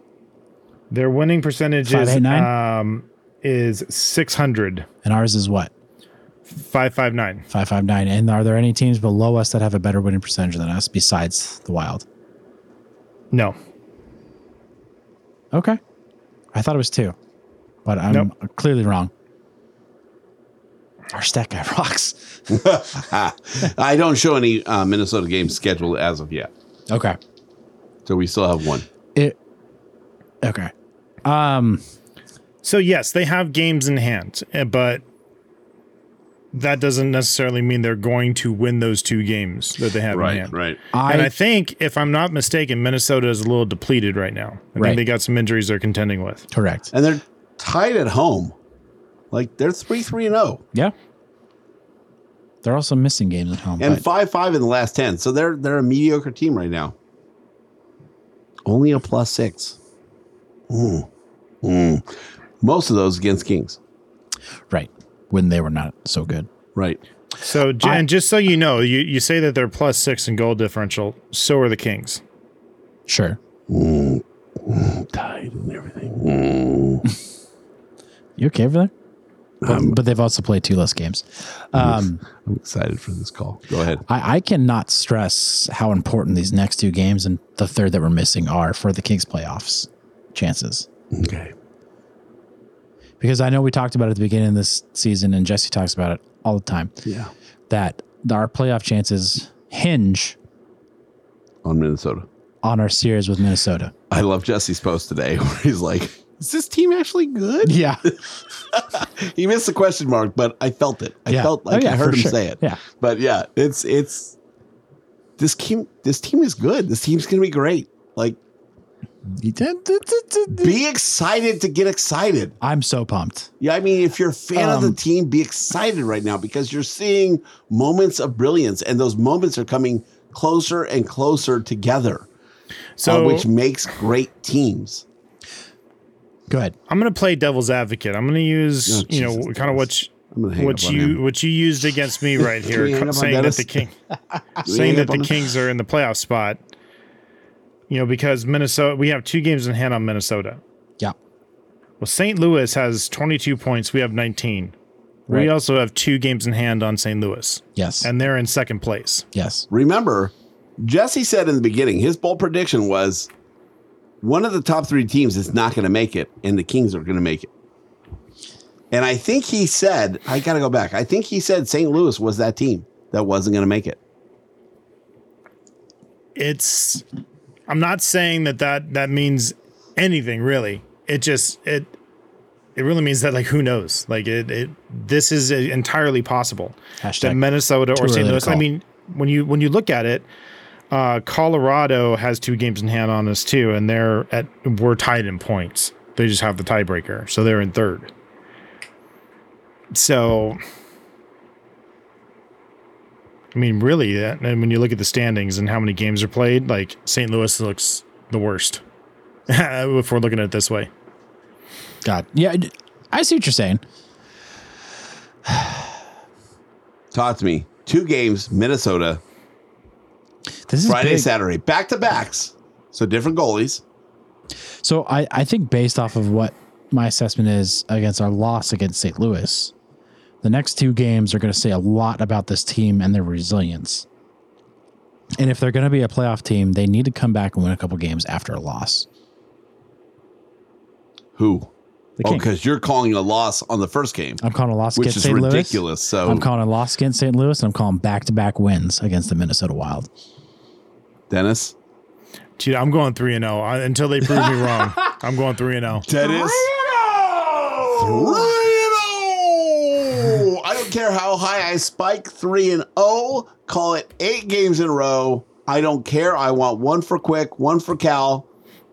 [SPEAKER 6] Their winning percentage
[SPEAKER 7] Five,
[SPEAKER 6] is
[SPEAKER 7] eight, nine?
[SPEAKER 6] um is 600.
[SPEAKER 7] And ours is what
[SPEAKER 6] 559.
[SPEAKER 7] five five nine. And are there any teams below us that have a better winning percentage than us besides the Wild?
[SPEAKER 6] No.
[SPEAKER 7] Okay. I thought it was two, but I'm
[SPEAKER 6] Nope.
[SPEAKER 7] clearly wrong. Our stat guy rocks.
[SPEAKER 3] I don't show any uh, Minnesota games scheduled as of yet,
[SPEAKER 7] Okay.
[SPEAKER 3] so we still have one.
[SPEAKER 7] It. Okay. Um,
[SPEAKER 6] So yes, they have games in hand, eh, but that doesn't necessarily mean they're going to win those two games that they have in
[SPEAKER 3] Right,
[SPEAKER 6] hand.
[SPEAKER 3] right.
[SPEAKER 6] And I
[SPEAKER 7] I,
[SPEAKER 6] think, if I'm not mistaken, Minnesota is a little depleted right now. I
[SPEAKER 7] Right.
[SPEAKER 6] think they got some injuries they're contending with.
[SPEAKER 7] correct.
[SPEAKER 3] And they're tied at home. Like they're three three and oh, zero,
[SPEAKER 7] Yeah. They're also missing games at home.
[SPEAKER 3] and
[SPEAKER 7] but
[SPEAKER 3] five five in the last ten. So they're they're a mediocre team right now. Only a plus six. Mm. Mm. Most of those against Kings.
[SPEAKER 7] right when they were not so good.
[SPEAKER 3] Right.
[SPEAKER 6] So, j- and just so you know, you, you say that they're plus six in goal differential. So are the Kings.
[SPEAKER 7] Sure.
[SPEAKER 3] Tied and everything. Mm.
[SPEAKER 7] You okay over there? But, but they've also played two less games. Um,
[SPEAKER 3] I'm excited for this call. Go ahead.
[SPEAKER 7] I, I cannot stress how important these next two games and the third that we're missing are for the Kings playoffs chances.
[SPEAKER 3] Okay.
[SPEAKER 7] because I know we talked about it at the beginning of this season, and Jesse talks about it all the time.
[SPEAKER 3] Yeah.
[SPEAKER 7] That our playoff chances hinge
[SPEAKER 3] On Minnesota.
[SPEAKER 7] on our series with Minnesota.
[SPEAKER 3] I love Jesse's post today where he's like, is this team actually good?
[SPEAKER 7] Yeah,
[SPEAKER 3] He missed the question mark, but I felt it. I
[SPEAKER 7] Yeah.
[SPEAKER 3] felt like
[SPEAKER 7] Oh, yeah,
[SPEAKER 3] I heard
[SPEAKER 7] for
[SPEAKER 3] him
[SPEAKER 7] sure.
[SPEAKER 3] say it.
[SPEAKER 7] Yeah.
[SPEAKER 3] But yeah, it's it's this team this team is good. This team's gonna be great. Like Be excited to get excited.
[SPEAKER 7] I'm so pumped.
[SPEAKER 3] Yeah, I mean, if you're a fan of the
[SPEAKER 7] Um,
[SPEAKER 3] team, be excited right now because you're seeing moments of brilliance, and those moments are coming closer and closer together,
[SPEAKER 6] So-
[SPEAKER 3] uh, which makes great teams.
[SPEAKER 7] Go ahead.
[SPEAKER 6] I'm going to play devil's advocate. I'm going to use,
[SPEAKER 3] Oh,
[SPEAKER 6] you know,
[SPEAKER 3] Jesus
[SPEAKER 6] kind of what
[SPEAKER 3] I'm gonna hang
[SPEAKER 6] you, what
[SPEAKER 3] up on
[SPEAKER 6] you
[SPEAKER 3] him.
[SPEAKER 6] what you used against me right
[SPEAKER 3] Can we hang up
[SPEAKER 6] here,
[SPEAKER 3] on
[SPEAKER 6] saying that
[SPEAKER 3] Dennis?
[SPEAKER 6] the king,
[SPEAKER 3] we hang
[SPEAKER 6] saying that
[SPEAKER 3] up on
[SPEAKER 6] the
[SPEAKER 3] him?
[SPEAKER 6] Kings are in the playoff spot. You know, because Minnesota, we have two games in hand on Minnesota.
[SPEAKER 7] Yeah.
[SPEAKER 6] Well, St. Louis has 22 points. We have 19.
[SPEAKER 7] Right.
[SPEAKER 6] We also have two games in hand on St. Louis,
[SPEAKER 7] Yes.
[SPEAKER 6] and they're in second place.
[SPEAKER 7] yes.
[SPEAKER 3] Remember, Jesse said in the beginning, his bold prediction was one of the top three teams is not going to make it, and the Kings are going to make it. And I think he said, I got to go back. I think he said St. Louis was that team that wasn't going to make it.
[SPEAKER 6] It's. I'm not saying that that that means anything really. It just it it really means that like who knows? Like it it this is entirely possible. that
[SPEAKER 7] Hashtag.
[SPEAKER 6] Minnesota
[SPEAKER 7] Too
[SPEAKER 6] or
[SPEAKER 7] early
[SPEAKER 6] St.
[SPEAKER 7] to
[SPEAKER 6] Louis. I
[SPEAKER 7] call.
[SPEAKER 6] mean, when you when you look at it, uh, Colorado has two games in hand on us too, and they're at we're tied in points. They just have the tiebreaker, so they're in third. So, I mean, really, that- and when you look at the standings and how many games are played, like St. Louis looks the worst. if we're looking at it this way,
[SPEAKER 7] God. Yeah. I- I see what you're saying.
[SPEAKER 3] Talk to me. Two games, Minnesota,
[SPEAKER 7] This is
[SPEAKER 3] Friday,
[SPEAKER 7] big.
[SPEAKER 3] Saturday, back to backs. So different goalies.
[SPEAKER 7] So I, I think based off of what my assessment is against our loss against St. Louis, the next two games are going to say a lot about this team and their resilience. And if they're going to be a playoff team, they need to come back and win a couple games after a loss.
[SPEAKER 3] Who?
[SPEAKER 7] The
[SPEAKER 3] Oh,
[SPEAKER 7] King.
[SPEAKER 3] because you're calling a loss on the first game,
[SPEAKER 7] I'm calling a loss
[SPEAKER 3] which
[SPEAKER 7] against
[SPEAKER 3] is
[SPEAKER 7] St. Louis.
[SPEAKER 3] ridiculous. So
[SPEAKER 7] I'm calling a loss against St. Louis, and I'm calling back-to-back wins against the Minnesota Wild.
[SPEAKER 3] Dennis.
[SPEAKER 6] dude, I'm going three and zero until they prove me wrong. I'm going three and oh. zero.
[SPEAKER 3] Dennis. 3-0. oh! I don't care how high I spike 3 and 0. Call it 8 games in a row. I don't care. I want one for Quick, one for Cal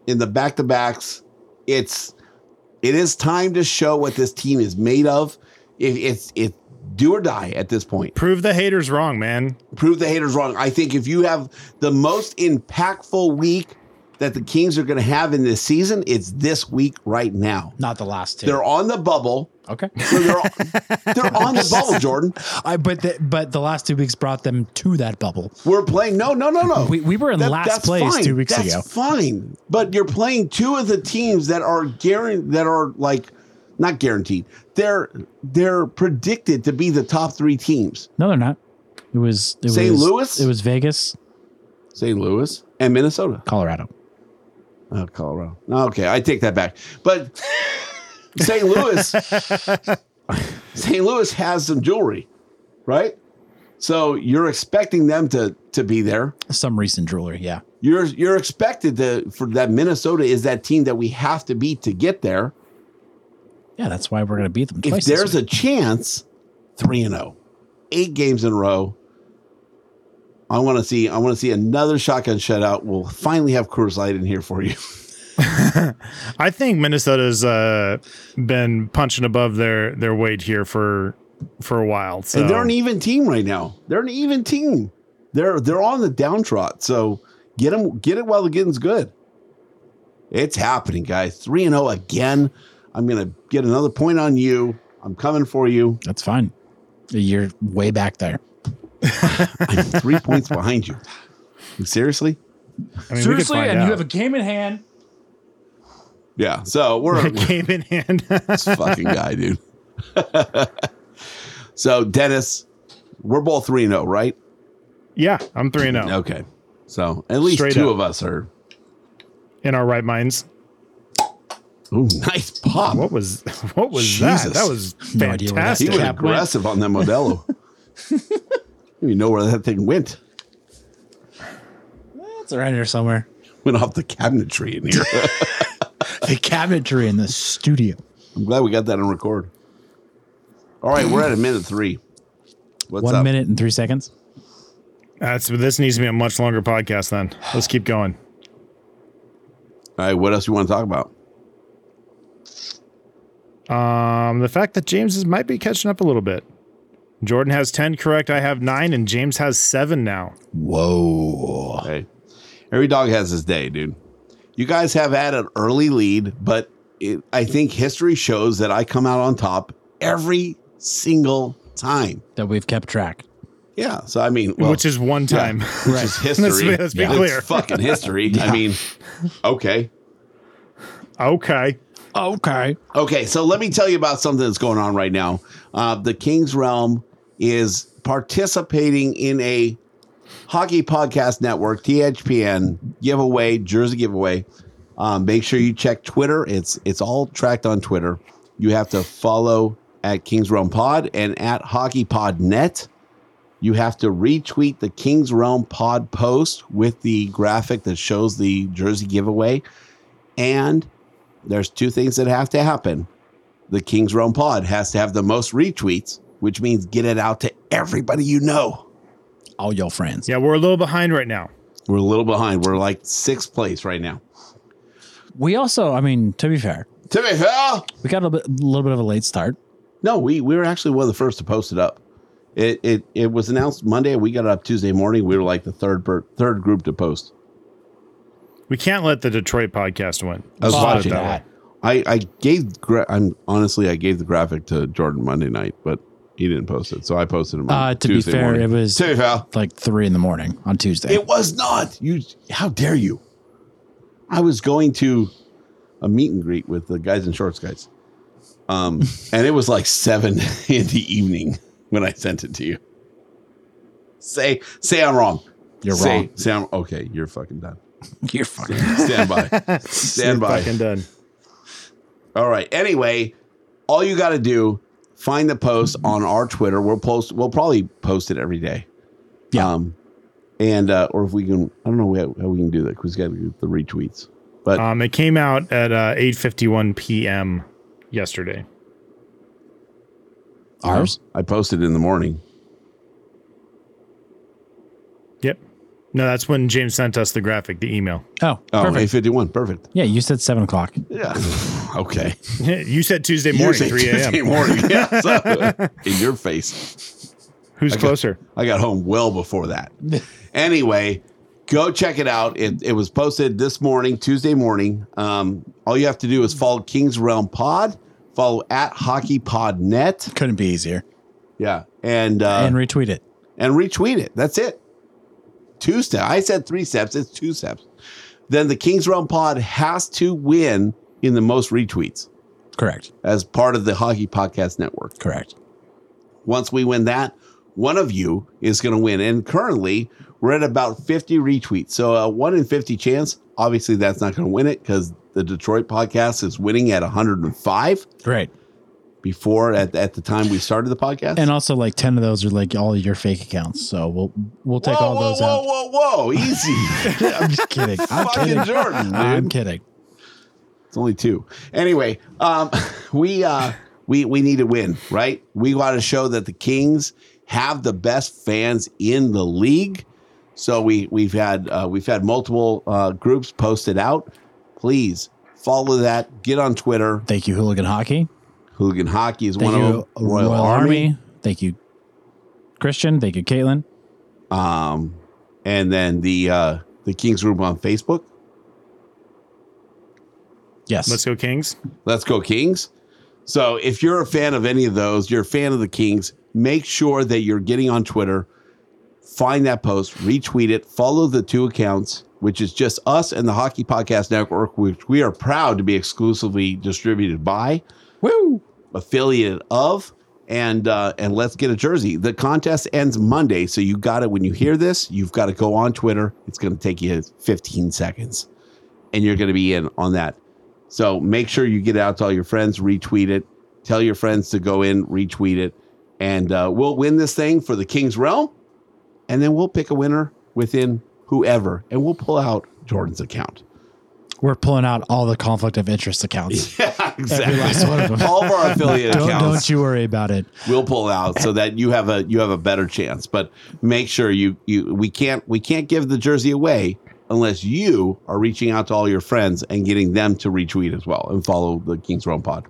[SPEAKER 3] in the back-to-backs. It's it is time to show what this team is made of. It, it's it do or die at this point
[SPEAKER 6] Prove the haters wrong, man.
[SPEAKER 3] prove the haters wrong. I think if you have the most impactful week that the Kings are going to have in this season, it's this week right now.
[SPEAKER 7] Not the last two.
[SPEAKER 3] They're on the bubble.
[SPEAKER 7] okay.
[SPEAKER 3] So they're, they're on the bubble, Jordan.
[SPEAKER 7] I but the, but the last two weeks brought them to that bubble.
[SPEAKER 3] We're playing. No, no, no, no.
[SPEAKER 7] We- we were in last
[SPEAKER 3] that's
[SPEAKER 7] place two weeks
[SPEAKER 3] that's
[SPEAKER 7] ago.
[SPEAKER 3] Fine, but you're playing two of the teams that are guaranteed that are like not guaranteed. They're they're predicted to be the top three teams:
[SPEAKER 7] No, they're not. It was it
[SPEAKER 3] St.
[SPEAKER 7] was-
[SPEAKER 3] Louis?
[SPEAKER 7] It was Vegas,
[SPEAKER 3] St. Louis and Minnesota.
[SPEAKER 7] Colorado.
[SPEAKER 3] Oh, Colorado. Okay, I take that back. But St. Louis, St. Louis has some jewelry, right? So you're expecting them to to be there.
[SPEAKER 7] Some recent jewelry. Yeah.
[SPEAKER 3] You're you're expected to for that Minnesota is that team that we have to beat to get there.
[SPEAKER 7] Yeah, that's why we're going to beat them
[SPEAKER 3] If
[SPEAKER 7] twice.
[SPEAKER 3] there's a chance, three and oh, eight games in a row. I want to see. I want to see another shotgun shutout. We'll finally have Coors Light in here for you.
[SPEAKER 6] I think Minnesota's uh, been punching above their their weight here for for a while. So
[SPEAKER 3] And they're an even team right now. They're an even team. They're they're on the downtrot. So get them get it while the getting's good. It's happening, guys. Three and zero again. I'm gonna get another point on you. I'm coming for you.
[SPEAKER 7] that's fine. You're way back there.
[SPEAKER 3] I'm three points behind you. Seriously?
[SPEAKER 6] I mean, we could find out.
[SPEAKER 7] game in hand.
[SPEAKER 3] Yeah. So we're
[SPEAKER 6] a game in hand.
[SPEAKER 3] this fucking guy, dude. so Dennis, we're both three and zero, right?
[SPEAKER 6] yeah, I'm three and oh zero
[SPEAKER 3] Okay. So at least
[SPEAKER 6] Straight
[SPEAKER 3] two
[SPEAKER 6] up.
[SPEAKER 3] of us are.
[SPEAKER 6] in our right minds.
[SPEAKER 3] Ooh, nice pop.
[SPEAKER 6] What was what was
[SPEAKER 3] Jesus.
[SPEAKER 6] that? That was
[SPEAKER 7] No idea where that
[SPEAKER 6] fantastic.
[SPEAKER 3] He was
[SPEAKER 7] Cap went.
[SPEAKER 3] aggressive on that Modelo. you know where that thing went.
[SPEAKER 7] That's around here somewhere.
[SPEAKER 3] Went off the cabinetry in here.
[SPEAKER 7] The cabinetry in the studio.
[SPEAKER 3] I'm glad we got that on record. All right, we're at a minute three. What's
[SPEAKER 7] One
[SPEAKER 3] up?
[SPEAKER 7] minute and three seconds.
[SPEAKER 6] That's this needs to be a much longer podcast. Then let's keep going.
[SPEAKER 3] All right, what else you want to talk about?
[SPEAKER 6] Um, the fact that James is, might be catching up a little bit. Jordan has 10 correct. I have nine, and James has seven now.
[SPEAKER 2] Whoa.
[SPEAKER 3] Hey, every dog has his day, dude. You guys have had an early lead, but it, I think history shows that I come out on top every single time.
[SPEAKER 7] that we've kept track.
[SPEAKER 3] Yeah. So I mean, well,
[SPEAKER 6] which is one
[SPEAKER 3] yeah,
[SPEAKER 6] time.
[SPEAKER 3] which is history.
[SPEAKER 6] Let's be- let's be
[SPEAKER 3] It's
[SPEAKER 6] clear.
[SPEAKER 3] fucking history. I mean, okay,
[SPEAKER 6] Okay.
[SPEAKER 7] Okay.
[SPEAKER 3] okay. So let me tell you about something that's going on right now. Uh, the King's Realm is participating in a Hockey Podcast Network THPN giveaway, jersey giveaway. Um, make sure you check Twitter. It's it's all tracked on Twitter. You have to follow at Kings Realm Pod and at Hockey Pod Net. You have to retweet the Kings Realm Pod post with the graphic that shows the jersey giveaway. And there's two things that have to happen. The Kings Realm Pod has to have the most retweets, which means get it out to everybody you know.
[SPEAKER 7] All your friends.
[SPEAKER 6] Yeah, we're a little behind right now.
[SPEAKER 3] We're a little behind. We're like sixth place right now.
[SPEAKER 7] We also, I mean, to be fair,
[SPEAKER 3] To be fair,
[SPEAKER 7] we got a little bit, little bit of a late start.
[SPEAKER 3] no, we we were actually one of the first to post it up. It it it was announced Monday. We got it up Tuesday morning. We were like the third per, third group to post.
[SPEAKER 6] We can't let the Detroit podcast win.
[SPEAKER 3] I was
[SPEAKER 6] Let's put it
[SPEAKER 3] watching
[SPEAKER 6] that way.
[SPEAKER 3] that. I I gave gra- I'm honestly I gave the graphic to Jordan Monday night, but he didn't post it, so I posted it. on
[SPEAKER 7] Uh, to be
[SPEAKER 3] Tuesday
[SPEAKER 7] fair,
[SPEAKER 3] morning.
[SPEAKER 7] it was
[SPEAKER 3] To be fair,
[SPEAKER 7] like three in the morning on Tuesday.
[SPEAKER 3] It was not. You how dare you? I was going to a meet and greet with the guys in shorts guys. Um and it was like seven in the evening when I sent it to you. Say say I'm wrong.
[SPEAKER 7] You're
[SPEAKER 3] say,
[SPEAKER 7] wrong.
[SPEAKER 3] Say I'm okay, you're fucking done.
[SPEAKER 7] You're fucking.
[SPEAKER 3] Stand by. Stand by.
[SPEAKER 6] Fucking done.
[SPEAKER 3] All right. Anyway, all you got to do find the post on our Twitter. We'll post. We'll probably post it every day.
[SPEAKER 7] Yeah.
[SPEAKER 3] Um, and uh, or if we can, I don't know how, how we can do that because we got to do the retweets. But
[SPEAKER 7] Uh,
[SPEAKER 6] Um, it came out at uh, 8.51 p.m. yesterday.
[SPEAKER 7] Ours?
[SPEAKER 3] I posted in the morning.
[SPEAKER 6] Yep. No, that's when James sent us the graphic, the email.
[SPEAKER 7] Oh,
[SPEAKER 3] Oh,
[SPEAKER 7] perfect.
[SPEAKER 3] 851. Perfect.
[SPEAKER 7] Yeah, you said seven o'clock.
[SPEAKER 3] Yeah. okay.
[SPEAKER 6] you said Tuesday morning,
[SPEAKER 3] Tuesday,
[SPEAKER 6] 3 a.m.
[SPEAKER 3] Tuesday morning. Yeah, so, in your face.
[SPEAKER 6] Who's closer?
[SPEAKER 3] I got home well before that. anyway, go check it out. It, it was posted this morning, Tuesday morning. Um, all you have to do is follow Kings Realm Pod, follow at Hockey Pod Net.
[SPEAKER 7] Couldn't be easier.
[SPEAKER 3] Yeah. And, uh,
[SPEAKER 7] and retweet it.
[SPEAKER 3] and retweet it. That's it. Two steps. I said three steps. It's two steps. Then the Kings Realm Pod has to win in the most retweets
[SPEAKER 7] Correct.
[SPEAKER 3] as part of the Hockey Podcast Network.
[SPEAKER 7] Correct.
[SPEAKER 3] Once we win that, one of you is going to win. And currently, we're at about 50 retweets. So a 1 in 50 chance. Obviously, that's not going to win it because the Detroit podcast is winning at 105
[SPEAKER 7] Great.
[SPEAKER 3] before at, at the time we started the podcast.
[SPEAKER 7] And also, like ten of those are like all your fake accounts. So we'll we'll take
[SPEAKER 3] whoa,
[SPEAKER 7] all those
[SPEAKER 3] whoa,
[SPEAKER 7] out.
[SPEAKER 3] whoa, whoa, whoa. Easy.
[SPEAKER 7] I'm just kidding. I'm
[SPEAKER 3] Fucking
[SPEAKER 7] kidding.
[SPEAKER 3] Jordan, dude.
[SPEAKER 7] I'm kidding.
[SPEAKER 3] It's only two. Anyway, um, we uh, we we need to win, right? We got to show that the Kings have the best fans in the league. So we we've had uh, we've had multiple uh, groups posted out. Please follow that. Get on Twitter.
[SPEAKER 7] Thank you, Hooligan Hockey.
[SPEAKER 3] Hooligan Hockey is
[SPEAKER 7] Thank
[SPEAKER 3] one of
[SPEAKER 7] you,
[SPEAKER 3] them. Royal, Army.
[SPEAKER 7] Thank you, Christian. Thank you, Caitlin.
[SPEAKER 3] Um, and then the uh, the Kings group on Facebook.
[SPEAKER 7] Yes.
[SPEAKER 6] Let's go, Kings.
[SPEAKER 3] Let's go Kings. So if you're a fan of any of those, you're a fan of the Kings, make sure that you're getting on Twitter, find that post, retweet it, follow the two accounts, which is just us and the Hockey Podcast Network, which we are proud to be exclusively distributed by,
[SPEAKER 7] Woo!
[SPEAKER 3] affiliated of, and uh, and let's get a jersey. The contest ends Monday, so you got it when you hear this. You've got to go on Twitter. It's going to take you 15 seconds and you're going to be in on that. So make sure you get it out to all your friends, retweet it, tell your friends to go in, retweet it, and uh, we'll win this thing for the King's Realm. And then we'll pick a winner within whoever, and we'll pull out Jordan's account.
[SPEAKER 7] We're pulling out all the conflict of interest accounts. Every
[SPEAKER 3] exactly.
[SPEAKER 7] last one of them.
[SPEAKER 3] all of our affiliate
[SPEAKER 7] Don't,
[SPEAKER 3] accounts.
[SPEAKER 7] don't you worry about it.
[SPEAKER 3] we'll pull out so that you have a you have a better chance. But make sure you you we can't we can't give the jersey away unless you are reaching out to all your friends and getting them to retweet as well and follow the Kings Rome pod.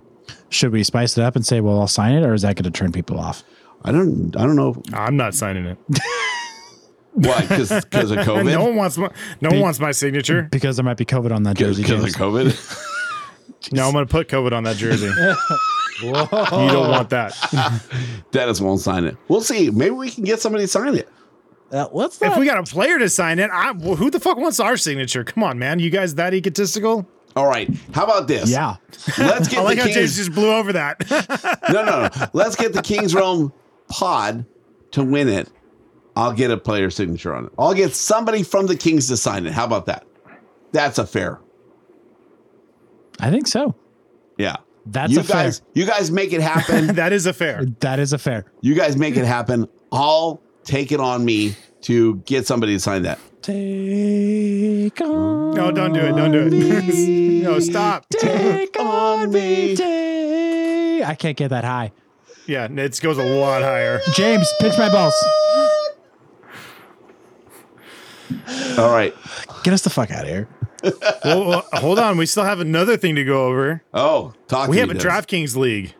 [SPEAKER 7] Should we spice it up and say, well, I'll sign it, or is that going to turn people off?
[SPEAKER 3] I don't I don't know
[SPEAKER 6] I'm not signing it.
[SPEAKER 3] why because of COVID.
[SPEAKER 6] no one wants my no one wants my signature.
[SPEAKER 7] Because there might be COVID on that
[SPEAKER 3] because
[SPEAKER 7] jersey.
[SPEAKER 3] of
[SPEAKER 7] James.
[SPEAKER 3] COVID.
[SPEAKER 6] No, I'm gonna put COVID on that jersey. you don't want that.
[SPEAKER 3] Dennis won't sign it. We'll see. Maybe we can get somebody to sign it.
[SPEAKER 7] Uh, let's
[SPEAKER 6] If
[SPEAKER 7] not-
[SPEAKER 6] we got a player to sign it, I, well, who the fuck wants our signature? Come on, man. You guys that egotistical?
[SPEAKER 3] All right. How about this?
[SPEAKER 7] yeah.
[SPEAKER 3] Let's
[SPEAKER 6] I
[SPEAKER 3] get
[SPEAKER 6] like
[SPEAKER 3] the
[SPEAKER 6] how James
[SPEAKER 3] Kings.
[SPEAKER 6] just blew over that.
[SPEAKER 3] No, no, no. Let's get the Kings Rome pod to win it. I'll get a player signature on it. I'll get somebody from the Kings to sign it. How about that? That's a fair.
[SPEAKER 7] I think so.
[SPEAKER 3] Yeah.
[SPEAKER 7] That's
[SPEAKER 3] you
[SPEAKER 7] a fair.
[SPEAKER 3] guys. You guys make it happen.
[SPEAKER 6] that is a fair.
[SPEAKER 7] That is a fair.
[SPEAKER 3] you guys make it happen. I'll take it on me to get somebody to sign that.
[SPEAKER 7] Take on.
[SPEAKER 6] No, don't do it. Don't do it. no, stop.
[SPEAKER 7] Take on me.
[SPEAKER 3] me.
[SPEAKER 7] Take. I can't get that high.
[SPEAKER 6] Yeah, it goes a lot higher.
[SPEAKER 7] James, pinch my balls.
[SPEAKER 3] All right.
[SPEAKER 7] Get us the fuck out of here.
[SPEAKER 6] Well, well, hold on. We still have another thing to go over.
[SPEAKER 3] Oh, talk.
[SPEAKER 6] We
[SPEAKER 3] to
[SPEAKER 6] have
[SPEAKER 3] me,
[SPEAKER 6] a
[SPEAKER 3] Dennis.
[SPEAKER 6] DraftKings league.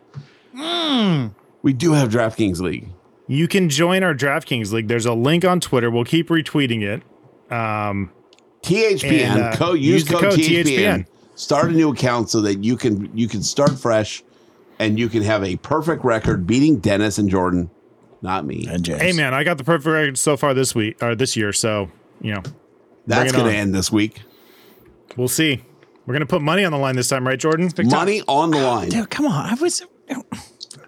[SPEAKER 3] We do have DraftKings League.
[SPEAKER 6] You can join our DraftKings league. There's a link on Twitter. We'll keep retweeting it.
[SPEAKER 3] THPN.
[SPEAKER 6] And, uh,
[SPEAKER 3] co- use, the code, THPN.
[SPEAKER 6] THPN.
[SPEAKER 3] Start a new account so that you can you can start fresh, and you can have a perfect record beating Dennis and Jordan, not me.
[SPEAKER 7] And James.
[SPEAKER 6] Hey, man, I got the perfect record so far this week or this year. So, you know,
[SPEAKER 3] That's
[SPEAKER 6] bring it
[SPEAKER 3] going to
[SPEAKER 6] on.
[SPEAKER 3] end this week.
[SPEAKER 6] we'll see. We're gonna put money on the line this time, right, Jordan?
[SPEAKER 3] Money on the line.
[SPEAKER 7] Dude, come on. I was.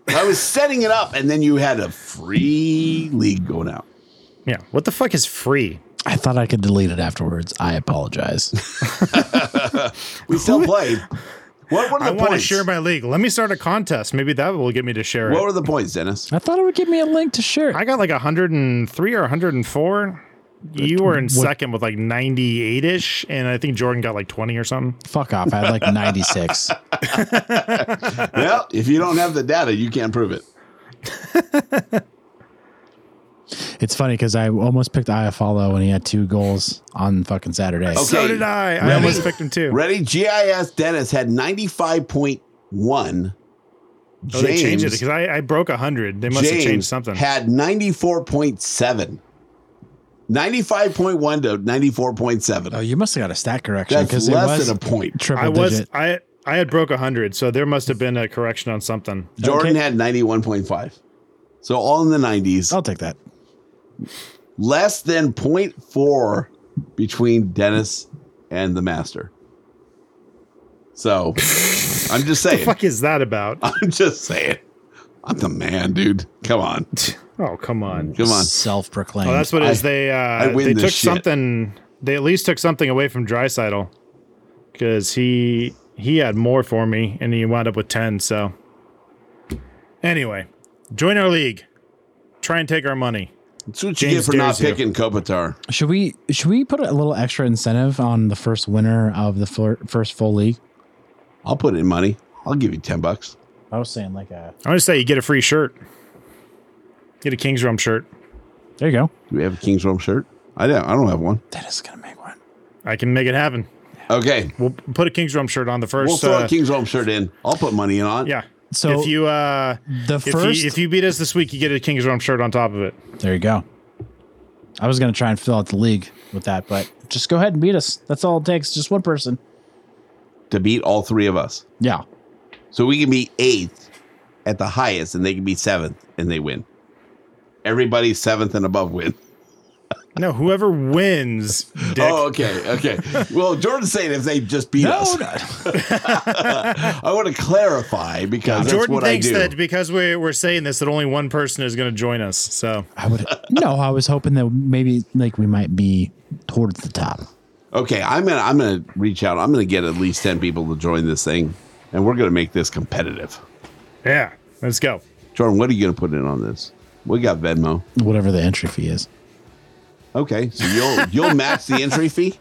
[SPEAKER 3] I was setting it up, and then you had a free league going out.
[SPEAKER 6] Yeah. What the fuck is free?
[SPEAKER 7] I thought I could delete it afterwards. I apologize.
[SPEAKER 3] We still played. What were the
[SPEAKER 6] I want to
[SPEAKER 3] points?
[SPEAKER 6] share my league. Let me start a contest. Maybe that will get me to share
[SPEAKER 3] what
[SPEAKER 6] it.
[SPEAKER 3] were the points, Dennis?
[SPEAKER 7] I thought it would give me a link to share.
[SPEAKER 6] I got like 103 or 104. You were in second with like 98 ish, and I think Jordan got like 20 or something.
[SPEAKER 7] Fuck off. I had like 96.
[SPEAKER 3] well, if you don't have the data, you can't prove it.
[SPEAKER 7] It's funny because I almost picked Iafallo when he had two goals on fucking Saturday.
[SPEAKER 3] Okay.
[SPEAKER 6] So did I. I
[SPEAKER 3] Ready?
[SPEAKER 6] almost picked him too.
[SPEAKER 3] Ready? GIS Dennis had 95.1.
[SPEAKER 6] Oh, they changed it because I, I broke 100. They must have changed something.
[SPEAKER 3] Had 94.7. 95.1 to 94.7.
[SPEAKER 7] Oh, you must have got a stat correction
[SPEAKER 3] That's
[SPEAKER 7] because it
[SPEAKER 3] less
[SPEAKER 7] was
[SPEAKER 3] than a point.
[SPEAKER 7] triple
[SPEAKER 6] I was
[SPEAKER 7] digit.
[SPEAKER 6] I I had broke 100, so there must have been a correction on something.
[SPEAKER 3] Jordan had 91.5. So all in the 90s.
[SPEAKER 7] I'll take that.
[SPEAKER 3] Less than 0.4 between Dennis and the master. So I'm just saying.
[SPEAKER 6] fuck is that about?
[SPEAKER 3] I'm just saying. I'm the man, dude. Come on.
[SPEAKER 6] Oh, come on.
[SPEAKER 3] Come on.
[SPEAKER 7] Self-proclaimed.
[SPEAKER 6] Oh, that's what it is.
[SPEAKER 3] I-
[SPEAKER 6] They
[SPEAKER 3] I
[SPEAKER 6] uh,
[SPEAKER 3] win
[SPEAKER 6] they
[SPEAKER 3] this
[SPEAKER 6] took
[SPEAKER 3] shit.
[SPEAKER 6] something. They at least took something away from Drysidle because he he had more for me, and he wound up with ten. So anyway, join our league. Try and take our money.
[SPEAKER 3] That's what you get
[SPEAKER 6] James
[SPEAKER 3] for not
[SPEAKER 6] dares you.
[SPEAKER 3] picking Kopitar.
[SPEAKER 7] should we should we put a little extra incentive on the first winner of the fir- first full league?
[SPEAKER 3] I'll put in money. I'll give you 10 bucks.
[SPEAKER 7] I was saying like a
[SPEAKER 6] I'm gonna say you get a free shirt. Get a Kings Rum shirt.
[SPEAKER 7] there you go.
[SPEAKER 3] Do we have a Kings Rome shirt? I don't I don't have one.
[SPEAKER 7] That is gonna make one.
[SPEAKER 6] I can make it happen.
[SPEAKER 3] Okay.
[SPEAKER 6] We'll put a Kings Rum shirt on the 1st
[SPEAKER 3] We'll throw
[SPEAKER 6] uh,
[SPEAKER 3] a Kings Rome shirt in. I'll put money in on it.
[SPEAKER 6] yeah.
[SPEAKER 7] So-
[SPEAKER 6] if you uh,
[SPEAKER 7] The
[SPEAKER 6] if
[SPEAKER 7] first
[SPEAKER 6] you if you beat us this week, you get a Kings Rum shirt on top of it.
[SPEAKER 7] there you go. I was gonna try and fill out the league with that, but just go ahead and beat us. That's all it takes. Just one person.
[SPEAKER 3] To beat all three of us.
[SPEAKER 7] Yeah.
[SPEAKER 3] So we can be eighth at the highest and they can be seventh and they win. Everybody seventh and above win.
[SPEAKER 6] No, whoever wins, Dick.
[SPEAKER 3] Oh, okay. Okay. well, Jordan's saying if they just beat us. I want to clarify because that's
[SPEAKER 6] Jordan
[SPEAKER 3] what I
[SPEAKER 6] thinks
[SPEAKER 3] do.
[SPEAKER 6] that because we're, we're saying this, that only one person is going to join us. So
[SPEAKER 7] I would no. I was hoping that maybe like we might be towards the top.
[SPEAKER 3] Okay, I'm gonna I'm gonna reach out. I'm gonna get at least ten people to join this thing, and we're gonna make this competitive.
[SPEAKER 6] yeah, let's go.
[SPEAKER 3] Jordan, what are you gonna put in on this? We got Venmo.
[SPEAKER 7] Whatever the entry fee is.
[SPEAKER 3] Okay, so you'll you'll match the entry fee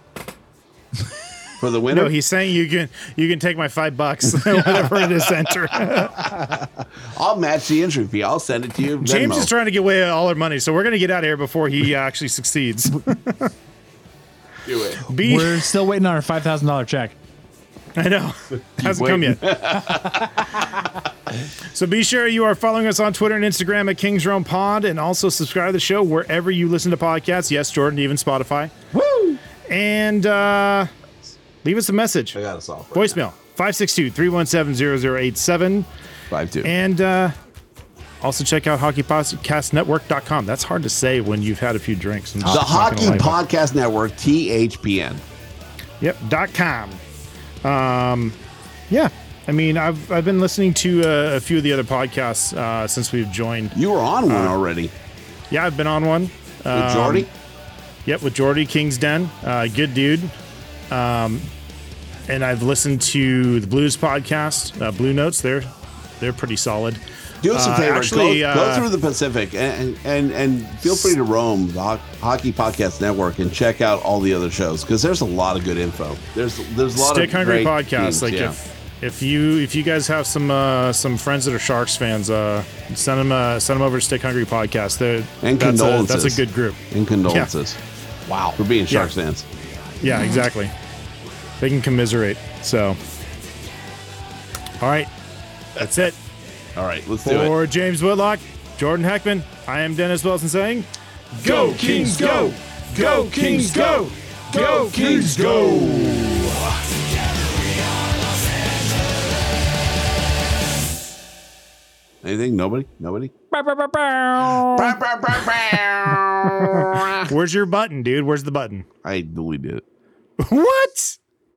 [SPEAKER 3] for the winner.
[SPEAKER 6] No, he's saying you can you can take my five bucks, whatever it is. Enter.
[SPEAKER 3] I'll match the entry fee. I'll send it to you. Venmo.
[SPEAKER 6] James uh, is trying to get away all our money, so we're going to get out of here before he actually succeeds.
[SPEAKER 3] Do it.
[SPEAKER 6] B,
[SPEAKER 7] We're still waiting on our five thousand dollar check.
[SPEAKER 6] I know. Hasn't come yet. so be sure you are following us on Twitter and Instagram at Kings Realm Pod and also subscribe to the show wherever you listen to podcasts. Yes, Jordan, even Spotify. Woo! And uh, leave us a message.
[SPEAKER 3] I got us all.
[SPEAKER 6] Voicemail 562 317 0087.
[SPEAKER 3] Five two.
[SPEAKER 6] And uh, also check out hockeypodcastnetwork.com. That's hard to say when you've had a few drinks.
[SPEAKER 3] the Hockey Podcast Network, THPN.
[SPEAKER 6] Yep, dot com. Um, yeah. I mean, I've, I've been listening to uh, a few of the other podcasts uh, since we've joined.
[SPEAKER 3] You were on
[SPEAKER 6] Uh,
[SPEAKER 3] one already.
[SPEAKER 6] Yeah, I've been on one. um,
[SPEAKER 3] With Jordy?
[SPEAKER 6] Yep, with Jordy King's Den. Uh, good dude. Um, and I've listened to the Blues podcast, uh, Blue Notes. They're they're pretty solid.
[SPEAKER 3] Do us
[SPEAKER 6] uh,
[SPEAKER 3] a favor.
[SPEAKER 6] actually,
[SPEAKER 3] go,
[SPEAKER 6] uh,
[SPEAKER 3] go through the Pacific and, and and feel free to roam the Ho- Hockey Podcast Network and check out all the other shows because there's a lot of good info. There's there's a lot
[SPEAKER 6] uh, Stick
[SPEAKER 3] of
[SPEAKER 6] Hungry
[SPEAKER 3] great
[SPEAKER 6] podcast.
[SPEAKER 3] teams,
[SPEAKER 6] like
[SPEAKER 3] yeah.
[SPEAKER 6] if if you if you guys have some uh, some friends that are Sharks fans, uh, send them uh, send them over to Stick Hungry podcast. They're,
[SPEAKER 3] And
[SPEAKER 6] that's a,
[SPEAKER 3] condolences.
[SPEAKER 6] that's a good group.
[SPEAKER 3] and condolences
[SPEAKER 7] Wow.
[SPEAKER 3] for being Sharks
[SPEAKER 6] Yeah.
[SPEAKER 3] fans.
[SPEAKER 6] Yeah, exactly. They can commiserate. So, all right, that's it.
[SPEAKER 3] All right, let's do it.
[SPEAKER 6] For James Whitlock, Jordan Heckman, I am Dennis Wilson saying, Go Kings, go! Go Kings, go! Go Kings, go!
[SPEAKER 3] Anything? Nobody? Nobody?
[SPEAKER 6] Where's your button, dude? Where's the button?
[SPEAKER 3] I deleted it.
[SPEAKER 6] What?